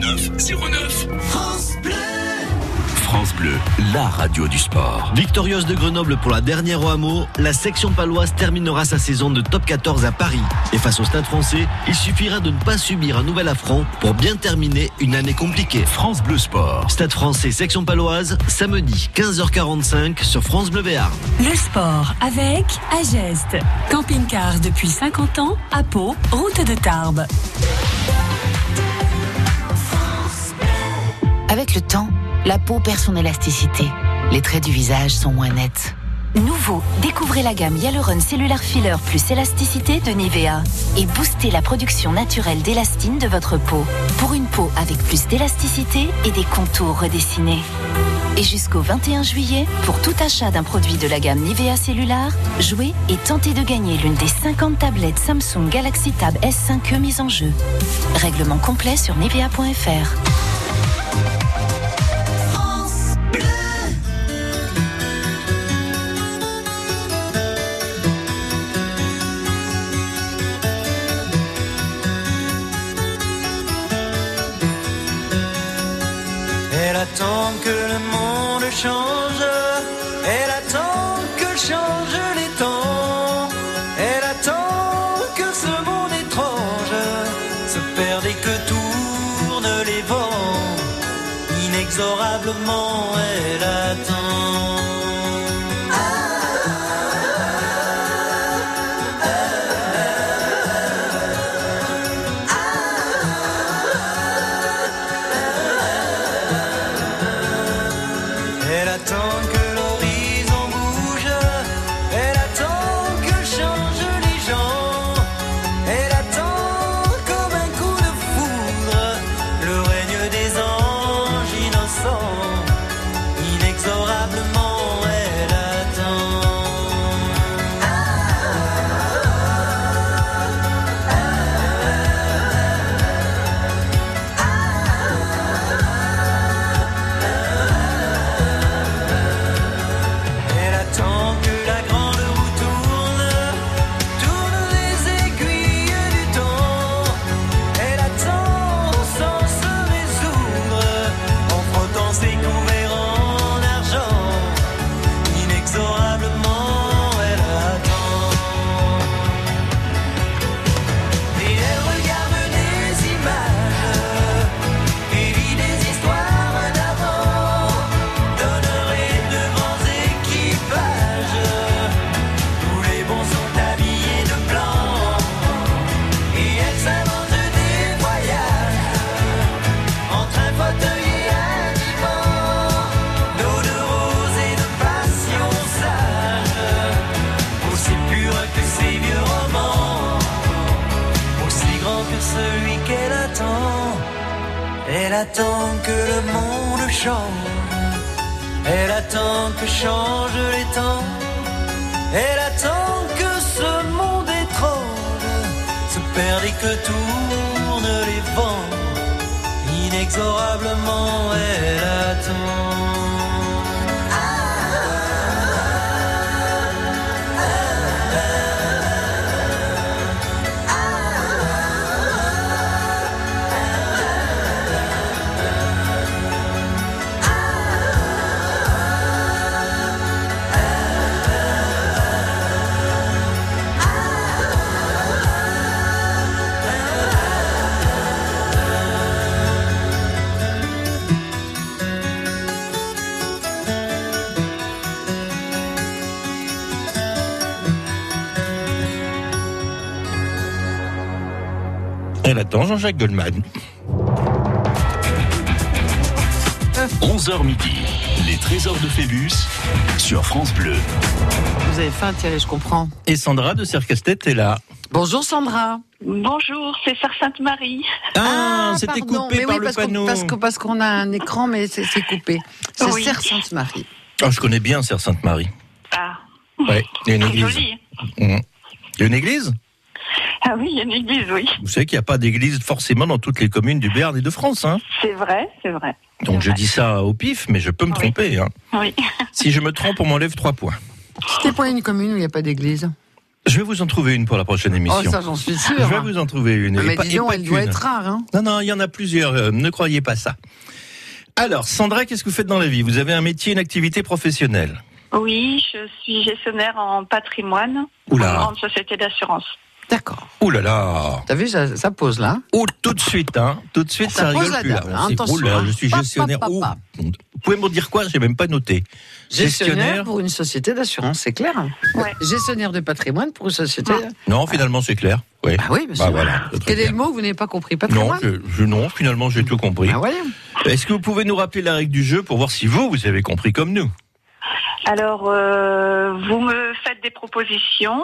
Speaker 2: 09 09. France Bleu. France Bleu, la radio du sport.
Speaker 8: Victorieuse de Grenoble pour la dernière au hameau, la section paloise terminera sa saison de top 14 à Paris. Et face au stade français, il suffira de ne pas subir un nouvel affront pour bien terminer une année compliquée.
Speaker 2: France Bleu Sport.
Speaker 8: Stade français section paloise, samedi 15h45 sur France Bleu Béarn.
Speaker 9: Le sport avec Ageste. Camping-car depuis 50 ans à Pau, route de Tarbes.
Speaker 10: Avec le temps, la peau perd son élasticité. Les traits du visage sont moins nets.
Speaker 9: Nouveau, découvrez la gamme Hyaluron Cellular Filler plus élasticité de Nivea et boostez la production naturelle d'élastine de votre peau pour une peau avec plus d'élasticité et des contours redessinés. Et jusqu'au 21 juillet, pour tout achat d'un produit de la gamme Nivea Cellular, jouez et tentez de gagner l'une des 50 tablettes Samsung Galaxy Tab S5e mises en jeu. Règlement complet sur nivea.fr.
Speaker 6: Elle attend que le monde change. Elle attend que changent les temps. Elle attend que ce monde étrange se perde et que tournent les vents. Inexorablement, elle attend. Elle attend que l'horizon bouge, elle attend que changent les gens, elle attend comme un coup de foudre le règne des anges innocents. que celui qu'elle attend. Elle attend que le monde change. Elle attend que changent les temps. Elle attend que ce monde étrange se perde et que tournent les vents. Inexorablement, elle attend.
Speaker 3: Elle attend Jean-Jacques Goldman.
Speaker 2: 11h midi, les trésors de Phébus sur France Bleu.
Speaker 1: Vous avez faim, Thierry, je comprends.
Speaker 3: Et Sandra de Sercastet est là.
Speaker 1: Bonjour Sandra.
Speaker 4: Bonjour, c'est Sœur Sainte-Marie.
Speaker 3: Ah, c'était
Speaker 1: pardon,
Speaker 3: coupé
Speaker 1: mais
Speaker 3: par
Speaker 1: oui,
Speaker 3: le
Speaker 1: parce qu'on-
Speaker 3: panneau.
Speaker 1: Parce que- parce qu'on a un écran, mais c'est c'est coupé. C'est
Speaker 4: Oui.
Speaker 1: Serre Sainte-Marie.
Speaker 3: Ah, je connais bien Serre Sainte-Marie.
Speaker 4: Ah,
Speaker 3: Ouais, il y a une
Speaker 4: c'est
Speaker 3: église.
Speaker 4: joli.
Speaker 3: Mmh. Il y a une église
Speaker 4: Ah oui, il y a une église, oui.
Speaker 3: Vous savez qu'il n'y a pas d'église forcément dans toutes les communes du Béarn et de France. Hein
Speaker 4: C'est vrai, c'est vrai.
Speaker 3: Donc
Speaker 4: C'est
Speaker 3: je
Speaker 4: vrai.
Speaker 3: dis ça au pif, mais je peux me
Speaker 4: Oui.
Speaker 3: tromper. hein.
Speaker 4: Oui.
Speaker 3: Si je me trompe, on m'enlève trois points.
Speaker 1: C'était pas une commune où il n'y a pas d'église.
Speaker 3: Je vais vous en trouver une pour la prochaine
Speaker 1: Oh,
Speaker 3: émission.
Speaker 1: ça, j'en suis
Speaker 3: je vais
Speaker 1: sûre. hein.
Speaker 3: vous en trouver une. et
Speaker 1: Ah, Mais
Speaker 3: pas-
Speaker 1: dis
Speaker 3: et
Speaker 1: donc,
Speaker 3: pas
Speaker 1: elle doit
Speaker 3: qu'une.
Speaker 1: être rare. Hein.
Speaker 3: Non, non, il y en a plusieurs. euh, ne croyez pas ça. Alors, Sandra, qu'est-ce que vous faites dans la vie Vous avez un métier, une activité professionnelle.
Speaker 4: Oui, je suis gestionnaire en patrimoine en
Speaker 3: Oula,
Speaker 4: grande société d'assurance.
Speaker 1: D'accord.
Speaker 3: oula là.
Speaker 1: T'as vu, ça, ça pose là.
Speaker 3: Oh, tout de suite, hein. Tout de suite,
Speaker 1: Ça
Speaker 3: ça, rigole
Speaker 1: pose la
Speaker 3: plus
Speaker 1: dame,
Speaker 3: là.
Speaker 1: hein,
Speaker 3: On s'est-
Speaker 1: attention,
Speaker 3: oula,
Speaker 1: hein.
Speaker 3: je suis
Speaker 1: Pa, pa,
Speaker 3: gestionnaire.
Speaker 1: pa,
Speaker 3: Oh,
Speaker 1: pa.
Speaker 3: vous pouvez me dire quoi J'ai même pas noté.
Speaker 1: Gestionnaire pour une société d'assurance, c'est clair.
Speaker 4: Ouais.
Speaker 1: Gestionnaire de patrimoine pour une société.
Speaker 3: Non, finalement, c'est clair. Oui.
Speaker 1: Ah oui, bien
Speaker 3: Bah
Speaker 1: sûr.
Speaker 3: voilà. c'est très
Speaker 1: Quel est
Speaker 3: clair.
Speaker 1: le mot que vous n'avez pas compris
Speaker 3: Non,
Speaker 1: Patrimoine
Speaker 3: je, je- non, finalement, j'ai tout compris.
Speaker 1: Ah ouais.
Speaker 3: Est-ce que vous pouvez nous rappeler la règle du jeu pour voir si vous, vous avez compris comme nous
Speaker 4: Alors, euh, vous me faites des propositions,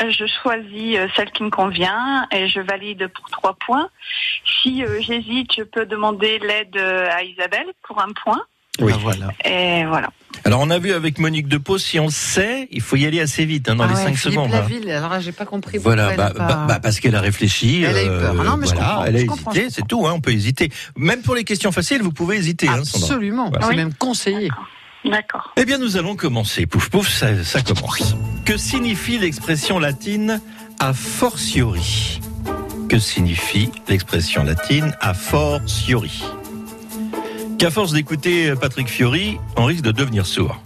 Speaker 4: je choisis euh, celle qui me convient et je valide pour trois points. Si euh, j'hésite, je peux demander l'aide euh, à Isabelle pour un point.
Speaker 3: Oui.
Speaker 1: Ah, voilà.
Speaker 4: Et voilà.
Speaker 3: Alors, on a vu avec Monique Depaux, si on sait, il faut y aller assez vite, hein, dans
Speaker 1: Ah
Speaker 3: les
Speaker 1: ouais,
Speaker 3: 5
Speaker 1: Philippe
Speaker 3: secondes. hein.
Speaker 1: Laville, alors là, j'ai pas compris.
Speaker 3: Voilà,
Speaker 1: pourquoi
Speaker 3: bah,
Speaker 1: elle a
Speaker 3: bah-
Speaker 1: pas-
Speaker 3: bah, parce qu'elle a réfléchi.
Speaker 1: Elle a eu peur. Ah Non, mais je
Speaker 3: voilà,
Speaker 1: comprends,
Speaker 3: Elle a
Speaker 1: je
Speaker 3: hésité,
Speaker 1: comprends, Ah, je
Speaker 3: c'est tout, hein, on peut hésiter. Même pour les questions faciles, vous pouvez hésiter, hein, Sandra.
Speaker 1: Absolument.
Speaker 3: Voilà.
Speaker 1: C'est
Speaker 4: Oui.
Speaker 1: même conseillé.
Speaker 4: D'accord.
Speaker 3: Eh bien, nous allons commencer. Pouf, pouf, ça, ça commence. Que signifie l'expression latine a fortiori Que signifie l'expression latine a fortiori Qu'à force d'écouter Patrick Fiori, on risque de devenir sourd.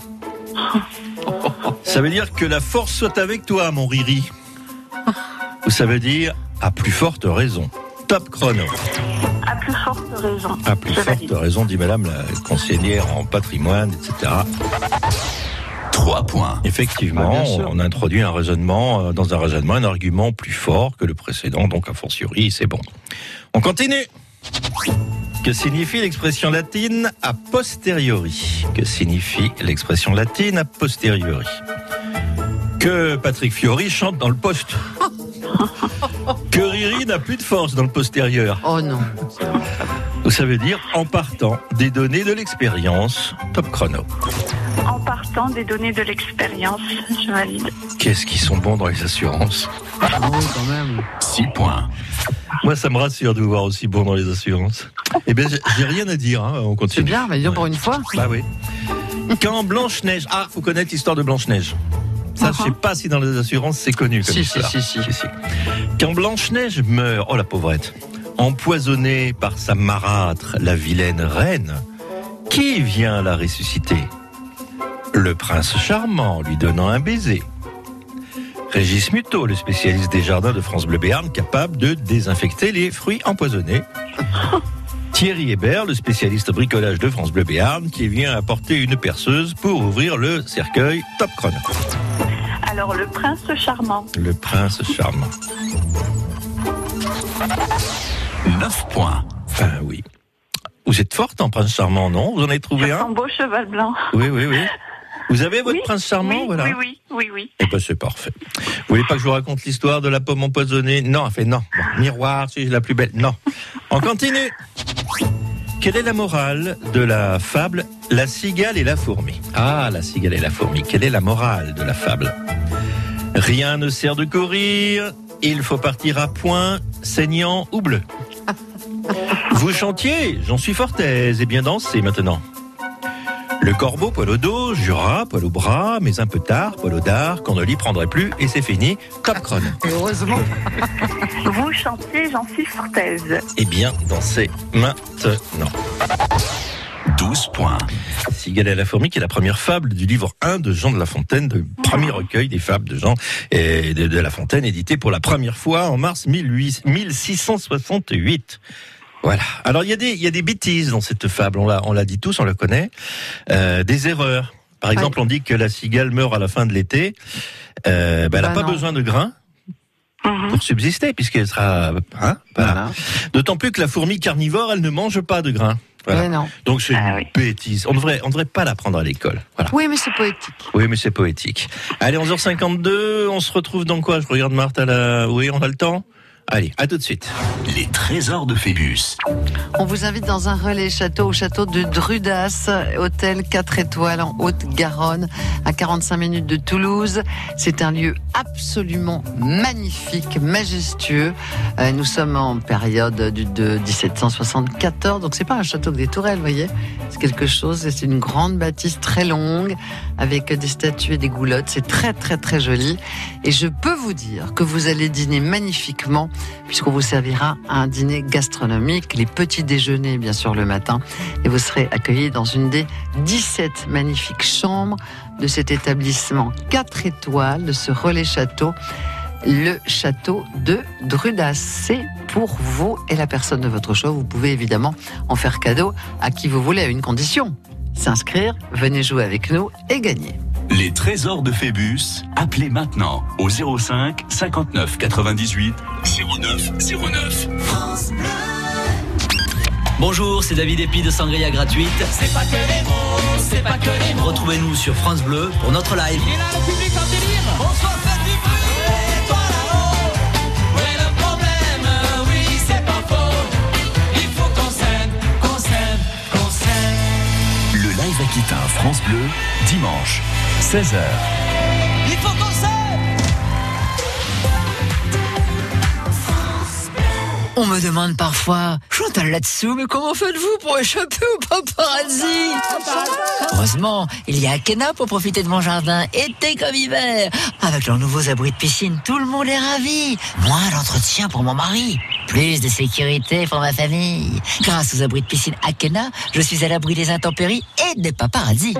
Speaker 3: Ça veut dire que la force soit avec toi, mon Riri. Ou ça veut dire à plus forte raison. Top chrono.
Speaker 4: À plus forte raison.
Speaker 3: À plus
Speaker 4: je
Speaker 3: forte
Speaker 4: valide.
Speaker 3: raison, dit madame la conseillère en patrimoine, etc.
Speaker 2: 3 points,
Speaker 3: Effectivement,
Speaker 1: Ah, bien sûr.
Speaker 3: on introduit un raisonnement, euh, dans un raisonnement, un argument plus fort que le précédent, donc a fortiori, c'est bon. On continue Que signifie l'expression latine a posteriori Que signifie l'expression latine a posteriori Que Patrick Fiori chante dans le poste Que Riri n'a plus de force dans le postérieur
Speaker 1: Oh non.
Speaker 3: ça veut dire en partant des données de l'expérience top chrono.
Speaker 4: En partant des données de l'expérience, je valide.
Speaker 3: Qu'est-ce qu'ils sont bons dans les assurances
Speaker 1: Ah oui, quand même.
Speaker 2: 6 points,
Speaker 3: Moi, ça me rassure de vous voir aussi bon dans les assurances. Eh bien, j'ai j'ai rien à dire, hein, on
Speaker 1: C'est
Speaker 3: continue.
Speaker 1: bien, mais disons pour une fois.
Speaker 3: Bah oui. Quand Blanche-Neige. Ah, faut connaître l'histoire de Blanche-Neige. Ça, je sais pas si dans les assurances c'est connu comme
Speaker 1: Ah, Si, si,
Speaker 3: histoire.
Speaker 1: si, si.
Speaker 3: Si, si. Quand Blanche-Neige meurt, oh la pauvrette, empoisonnée par sa marâtre, la vilaine reine, qui vient la ressusciter Le prince charmant, lui donnant un baiser. Régis Muto, le spécialiste des jardins de France Bleu Béarn, capable de désinfecter les fruits empoisonnés. Thierry Hébert, le spécialiste bricolage de France Bleu Béarn, qui vient apporter une perceuse pour ouvrir le cercueil Top Chrono.
Speaker 4: Alors, le prince charmant.
Speaker 3: Le prince charmant.
Speaker 2: 9 points,
Speaker 3: Ah oui. Vous êtes forte en prince charmant, non Vous en avez trouvé
Speaker 4: Sur
Speaker 3: un
Speaker 4: son beau cheval blanc.
Speaker 3: Oui, oui, oui. Vous avez votre
Speaker 4: Oui,
Speaker 3: prince charmant,
Speaker 4: oui,
Speaker 3: voilà.
Speaker 4: oui, oui, oui, oui.
Speaker 3: Eh ben, c'est parfait. Vous voulez pas que je vous raconte l'histoire de la pomme empoisonnée Non, elle fait non. Bon, miroir, c'est la plus belle. Non. On continue. Quelle est la morale de la fable La cigale et la fourmi Ah, la cigale et la fourmi. Quelle est la morale de la fable Rien ne sert de courir. Il faut partir à point, saignant ou bleu. Vous chantiez, j'en suis fort aise, et bien dansez maintenant. Le corbeau, poil au dos, jura, poil au bras, mais un peu tard, poil au dard, qu'on ne l'y prendrait plus, et c'est fini, top chrono.
Speaker 1: Heureusement.
Speaker 4: Vous chantez, j'en suis fortaise.
Speaker 3: Eh bien, dansez maintenant.
Speaker 2: 12 points.
Speaker 3: Cigale à la fourmi, qui est la première fable du livre 1 de Jean de La Fontaine, le premier recueil des fables de Jean et de, de La Fontaine, édité pour la première fois en mars 1800 1668. Voilà. Alors, il y, a des- il y a des bêtises dans cette fable, on l'a on l'a dit tous, on la connaît. Euh, des erreurs. Par exemple, on dit que la cigale meurt à la fin de l'été. Euh, bah, elle n'a
Speaker 1: Bah
Speaker 3: pas
Speaker 1: non.
Speaker 3: besoin de grains
Speaker 4: Mhm.
Speaker 3: pour subsister, puisqu'elle sera... hein, voilà.
Speaker 1: Voilà.
Speaker 3: D'autant plus que la fourmi carnivore, elle ne mange pas de grains. Voilà.
Speaker 1: Mais non.
Speaker 3: Donc c'est
Speaker 4: Ah
Speaker 3: une
Speaker 4: oui.
Speaker 3: bêtise. On devrait, on devrait pas l'apprendre à l'école. Voilà.
Speaker 1: Oui, mais c'est poétique.
Speaker 3: Oui, mais c'est poétique. Allez, 11h52, on se retrouve dans quoi Je regarde Marthe à la... Oui, on a le temps Allez, à tout de suite.
Speaker 2: Les trésors de Phébus.
Speaker 1: On vous invite dans un relais château au château de Drudas, hôtel 4 étoiles en Haute-Garonne, à 45 minutes de Toulouse. C'est un lieu absolument magnifique, majestueux. Euh, nous sommes en période du, de 1774, donc c'est pas un château que des tourelles, vous voyez. C'est quelque chose, et c'est une grande bâtisse très longue, avec des statues et des goulottes. C'est très, très, très joli. Et je peux vous dire que vous allez dîner magnifiquement puisqu'on vous servira à un dîner gastronomique, les petits déjeuners bien sûr le matin, et vous serez accueillis dans une des 17 magnifiques chambres de cet établissement 4 étoiles, de ce relais château, le château de Drudas. C'est pour vous et la personne de votre choix. Vous pouvez évidemment en faire cadeau à qui vous voulez, à une condition. S'inscrire, venez jouer avec nous et gagner.
Speaker 2: Les trésors de Phébus. Appelez maintenant au 05 59 98 09 09.
Speaker 6: Bonjour, c'est David Epi de Sangria Gratuite. C'est pas que les mots, c'est pas que les mots. Retrouvez-nous sur France Bleu pour notre live. Il a le public en délire. Bonsoir, faites du bruit, toi là-haut. Où est le problème Oui, c'est pas faux. Il faut qu'on s'aime, qu'on s'aime, qu'on s'aime.
Speaker 2: Le live Aquitain France Bleu, dimanche, 16h.
Speaker 6: Il faut qu'on s'aime.
Speaker 10: On me demande parfois, Chantal là-dessous, mais comment faites-vous pour échapper au paparazzi Heureusement, il y a Akena pour profiter de mon jardin, été comme hiver. Avec leurs nouveaux abris de piscine, tout le monde est ravi. Moins d'entretien pour mon mari, plus de sécurité pour ma famille. Grâce aux abris de piscine Akena, je suis à l'abri des intempéries et des paparazzi.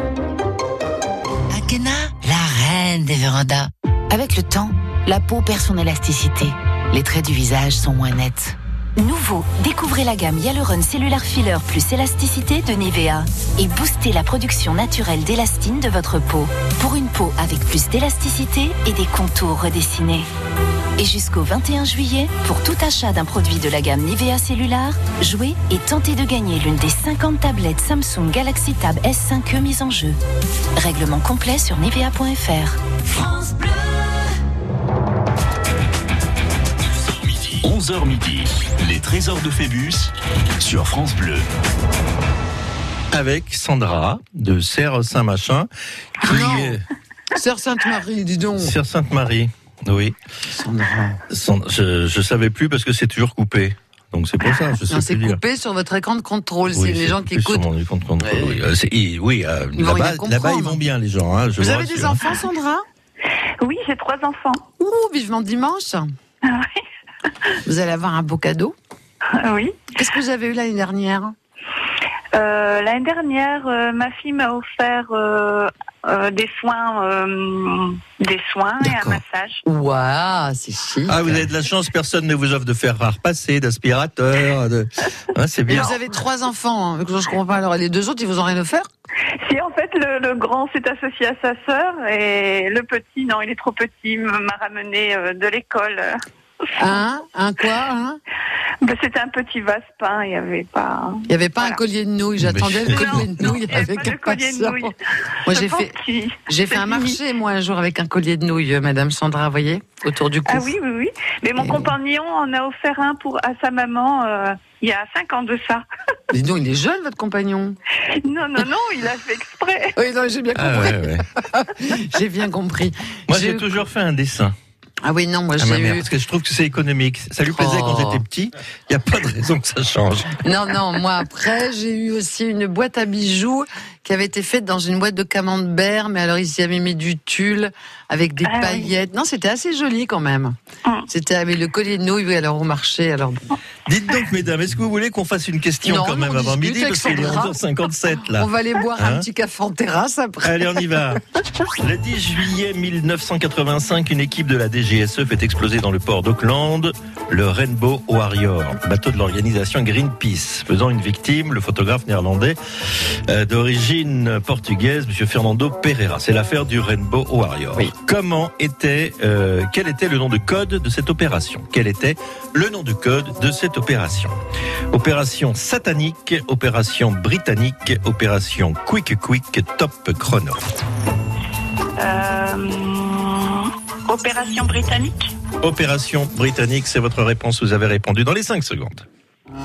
Speaker 10: Akena, la reine des vérandas.
Speaker 7: Avec le temps, la peau perd son élasticité. Les traits du visage sont moins nets.
Speaker 9: Nouveau, découvrez la gamme Hyaluron Cellular Filler plus élasticité de Nivea et boostez la production naturelle d'élastine de votre peau pour une peau avec plus d'élasticité et des contours redessinés. Et jusqu'au 21 juillet, pour tout achat d'un produit de la gamme Nivea Cellular, jouez et tentez de gagner l'une des 50 tablettes Samsung Galaxy Tab S5e mises en jeu. Règlement complet sur nivea.fr.
Speaker 2: 11h midi. Les trésors de Phébus sur France Bleu.
Speaker 3: Avec Sandra de Serre Saint-Machin, qui
Speaker 1: Non.
Speaker 3: est
Speaker 1: Sœur Sainte-Marie, dis donc.
Speaker 3: Serre Sainte-Marie. Oui. Sand- Je, je savais plus parce que c'est toujours coupé. Donc c'est pour ça, je sais
Speaker 1: Ah. Non,
Speaker 3: plus
Speaker 1: c'est
Speaker 3: dire.
Speaker 1: coupé sur votre écran de contrôle.
Speaker 3: Oui,
Speaker 1: c'est les
Speaker 3: c'est
Speaker 1: gens qui
Speaker 3: plus sur
Speaker 1: écoutent.
Speaker 3: mon compte contrôle,
Speaker 1: Ouais.
Speaker 3: oui. Euh, c'est- et- oui, euh,
Speaker 1: Ils
Speaker 3: là-bas,
Speaker 1: vont rien
Speaker 3: là-bas, ils
Speaker 1: comprendre.
Speaker 3: vont bien les gens. hein, je
Speaker 1: Vous avez
Speaker 3: rassure.
Speaker 1: des enfants, Sandra
Speaker 4: Oui, j'ai trois enfants.
Speaker 1: Ouh, vivement dimanche
Speaker 11: Ah
Speaker 1: Vous allez avoir un beau cadeau.
Speaker 4: Oui.
Speaker 1: Qu'est-ce que vous avez eu l'année dernière
Speaker 4: Euh, L'année dernière, euh, ma fille m'a offert euh, euh, des soins, euh, des soins et un
Speaker 3: D'accord.
Speaker 4: massage.
Speaker 1: Waouh, c'est chic.
Speaker 3: Ah, vous avez de la chance, personne ne vous offre de fer à repasser, d'aspirateur. De... Hein, c'est
Speaker 1: Et
Speaker 3: bien.
Speaker 1: vous avez trois enfants. hein. Je ne comprends pas. Alors, les deux autres, ils vous ont rien offert
Speaker 4: Si en fait le, le grand s'est associé à sa sœur et le petit, non, il est trop petit, m- m'a ramené euh, de l'école.
Speaker 1: Un, un quoi hein
Speaker 4: Ben
Speaker 11: Ben, C'était un petit vase-pain, il n'y avait pas.
Speaker 1: Il n'y avait pas un collier de nouilles, j'attendais le
Speaker 11: Non,
Speaker 1: collier de
Speaker 11: non,
Speaker 1: nouilles
Speaker 11: il y avait
Speaker 1: avec
Speaker 11: pas de collier de
Speaker 1: impatience.
Speaker 11: nouilles. Je
Speaker 1: Moi, j'ai
Speaker 11: pense
Speaker 1: fait,
Speaker 11: qu'il-
Speaker 1: j'ai fait
Speaker 11: c'est
Speaker 1: un
Speaker 11: fini.
Speaker 1: marché, moi, un jour, avec un collier de nouilles, euh, Madame Sandra, vous voyez, autour du cou.
Speaker 11: Ah oui, oui, oui. Mais mon
Speaker 1: Et-
Speaker 11: compagnon en a offert un pour, à sa maman euh, il y a 5 ans de ça.
Speaker 1: Dis donc, il est jeune, votre compagnon.
Speaker 11: Non, non, non, il a fait exprès.
Speaker 1: Oui, non, j'ai bien
Speaker 3: Ah
Speaker 1: compris. (laughs)
Speaker 3: ouais, ouais.
Speaker 1: J'ai bien compris.
Speaker 3: Moi,
Speaker 1: J'ai
Speaker 3: j'ai
Speaker 1: eu-
Speaker 3: toujours fait un dessin
Speaker 1: Ah oui, non, moi,
Speaker 3: à ma
Speaker 1: j'ai
Speaker 3: mère
Speaker 1: eu.
Speaker 3: parce que je trouve que c'est économique. Ça lui plaisait quand
Speaker 1: Oh.
Speaker 3: j'étais petit. Il n'y a pas de raison que ça change.
Speaker 1: (laughs) Non, non, moi après, j'ai eu aussi une boîte à bijoux qui avait été faite dans une boîte de camembert, mais alors ils y avaient mis du tulle avec des
Speaker 11: Ah oui.
Speaker 1: paillettes. Non, c'était assez joli quand même.
Speaker 11: Hum.
Speaker 1: C'était avec le collier de nouilles, oui, alors au marché. Alors...
Speaker 3: Dites donc, mesdames, est-ce que vous voulez qu'on fasse une question
Speaker 1: Non,
Speaker 3: quand
Speaker 1: mais
Speaker 3: même
Speaker 1: on
Speaker 3: avant
Speaker 1: discute
Speaker 3: midi
Speaker 1: avec
Speaker 3: Parce qu'il est
Speaker 1: Sandra.
Speaker 3: 11h57 là.
Speaker 1: On va aller boire
Speaker 3: Hein
Speaker 1: un petit café en terrasse après.
Speaker 3: Allez, on y va. Le 10 juillet 1985, une équipe de la DGSE E fait exploser dans le port d'Auckland le Rainbow Warrior, bateau de l'organisation Greenpeace, faisant une victime, le photographe néerlandais euh, d'origine portugaise, Monsieur Fernando Pereira. C'est l'affaire du Rainbow Warrior. Comment était, euh, quel était le nom de code de cette opération Quel était le nom de code de cette opération Opération satanique, opération britannique, opération quick quick top chrono.
Speaker 11: Euh, opération britannique
Speaker 3: Opération britannique, c'est votre réponse, vous avez répondu dans les 5 secondes.
Speaker 11: Euh,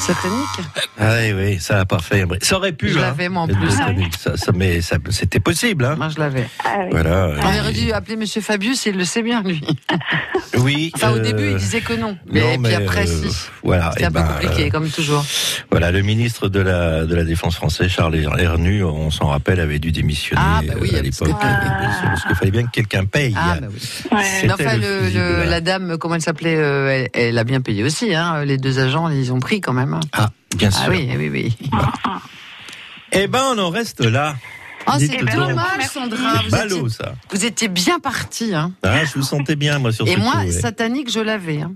Speaker 1: Satanique
Speaker 3: Ah oui, oui, ça a parfait. Ça aurait pu.
Speaker 1: Je
Speaker 3: hein,
Speaker 1: l'avais, moi, en
Speaker 3: être
Speaker 1: plus.
Speaker 3: britannique. Ça, ça- mais ça- c'était possible. Hein.
Speaker 1: Moi, je l'avais.
Speaker 11: ah oui.
Speaker 3: Voilà.
Speaker 1: On aurait
Speaker 3: Et-
Speaker 1: dû appeler Monsieur Fabius, il le sait bien, lui.
Speaker 3: Oui.
Speaker 1: Enfin, au
Speaker 3: euh,
Speaker 1: début, il disait que non. Mais
Speaker 3: non,
Speaker 1: puis
Speaker 3: mais,
Speaker 1: après,
Speaker 3: euh,
Speaker 1: si.
Speaker 3: Voilà.
Speaker 1: C'était
Speaker 3: eh
Speaker 1: un peu
Speaker 3: ben,
Speaker 1: compliqué, comme toujours.
Speaker 3: euh, voilà, le ministre de la, de la Défense français, Charles Hernu, on s'en rappelle, avait dû démissionner
Speaker 1: Ah, bah oui,
Speaker 3: euh, à
Speaker 1: parce que-
Speaker 3: l'époque. Parce qu'il fallait bien que quelqu'un paye.
Speaker 1: Ah, bah oui.
Speaker 11: Ouais.
Speaker 3: C'était
Speaker 1: Mais enfin,
Speaker 3: le
Speaker 1: le-
Speaker 3: fusil de
Speaker 1: le-
Speaker 3: la-
Speaker 1: la dame, comment elle s'appelait, euh, elle, elle a bien payé aussi. Hein, les deux agents, ils ont pris quand même.
Speaker 3: Ah, bien sûr.
Speaker 1: Ah oui, oui, oui.
Speaker 3: Eh ben, on en reste là.
Speaker 1: Ah,
Speaker 3: Dites
Speaker 1: c'est
Speaker 3: donc.
Speaker 1: dommage, Sandra.
Speaker 3: C'est
Speaker 1: Ah, Vous étiez,
Speaker 3: ballot, ça.
Speaker 1: vous étiez bien parti. Hein.
Speaker 3: Ah, je vous sentais bien, moi, sur
Speaker 1: Et
Speaker 3: ce
Speaker 1: moi,
Speaker 3: coup, ouais.
Speaker 1: satanique, je l'avais. Hein.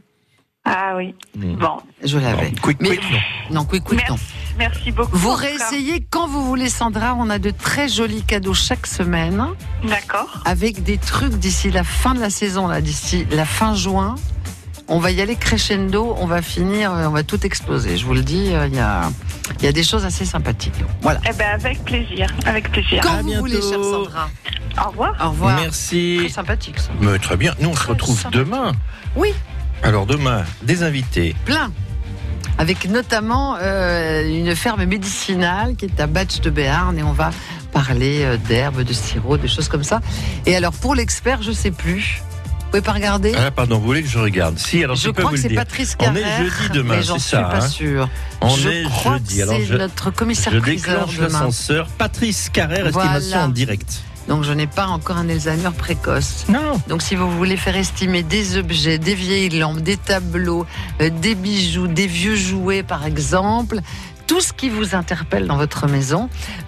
Speaker 11: Ah oui.
Speaker 3: Mm.
Speaker 11: Bon,
Speaker 1: Je
Speaker 3: Bon,
Speaker 1: l'avais.
Speaker 3: quick,
Speaker 1: Mais-
Speaker 3: quick, non.
Speaker 1: Non, quick, quick, non.
Speaker 11: merci beaucoup.
Speaker 1: Vous
Speaker 11: en tout
Speaker 1: réessayez quand vous voulez, Sandra. On a de très jolis cadeaux chaque semaine
Speaker 11: cas. D'accord.
Speaker 1: avec des trucs d'ici la fin de la saison, là, d'ici la fin juin. On va y aller crescendo, on va finir, euh, on va tout exploser. Je vous le dis, euh, il y a, il y a des choses assez sympathiques. Voilà.
Speaker 11: Eh ben avec plaisir, avec plaisir.
Speaker 1: Quand
Speaker 3: À
Speaker 1: vous
Speaker 3: bientôt.
Speaker 1: voulez, chère Sandra.
Speaker 11: Au revoir.
Speaker 1: Au revoir. Très
Speaker 3: Merci.
Speaker 1: sympathique, ça.
Speaker 3: Mais très bien. Nous, on se
Speaker 1: Très
Speaker 3: retrouve
Speaker 1: sympathique.
Speaker 3: demain.
Speaker 1: Oui.
Speaker 3: Alors, demain, des invités.
Speaker 1: Plein. Avec notamment euh, une ferme médicinale qui est à Batch de Béarn et on va parler euh, d'herbes, de sirop, de choses comme ça. Et alors, pour l'expert, je sais plus. Vous pouvez pas regarder
Speaker 3: Ah, pardon, vous voulez que je regarde Si, alors
Speaker 1: Je
Speaker 3: peux vous
Speaker 1: crois que
Speaker 3: le
Speaker 1: c'est
Speaker 3: dire.
Speaker 1: Patrice
Speaker 3: On est
Speaker 1: Carrère.
Speaker 3: jeudi demain,
Speaker 1: mais j'en
Speaker 3: c'est
Speaker 1: suis
Speaker 3: ça,
Speaker 1: pas
Speaker 3: hein
Speaker 1: sûre.
Speaker 3: On
Speaker 1: je
Speaker 3: est
Speaker 1: crois
Speaker 3: jeudi.
Speaker 1: que
Speaker 3: Alors,
Speaker 1: c'est
Speaker 3: je,
Speaker 1: notre commissaire
Speaker 3: je
Speaker 1: priseur
Speaker 3: déclenche
Speaker 1: demain.
Speaker 3: l'ascenseur. Patrice Carrère, estimation
Speaker 1: Voilà.
Speaker 3: en direct.
Speaker 1: Donc, je n'ai pas encore un Alzheimer précoce.
Speaker 3: Non.
Speaker 1: Donc si vous voulez faire estimer des objets, des vieilles lampes, des tableaux, euh, des bijoux, des vieux jouets par exemple, tout ce qui vous interpelle dans votre maison,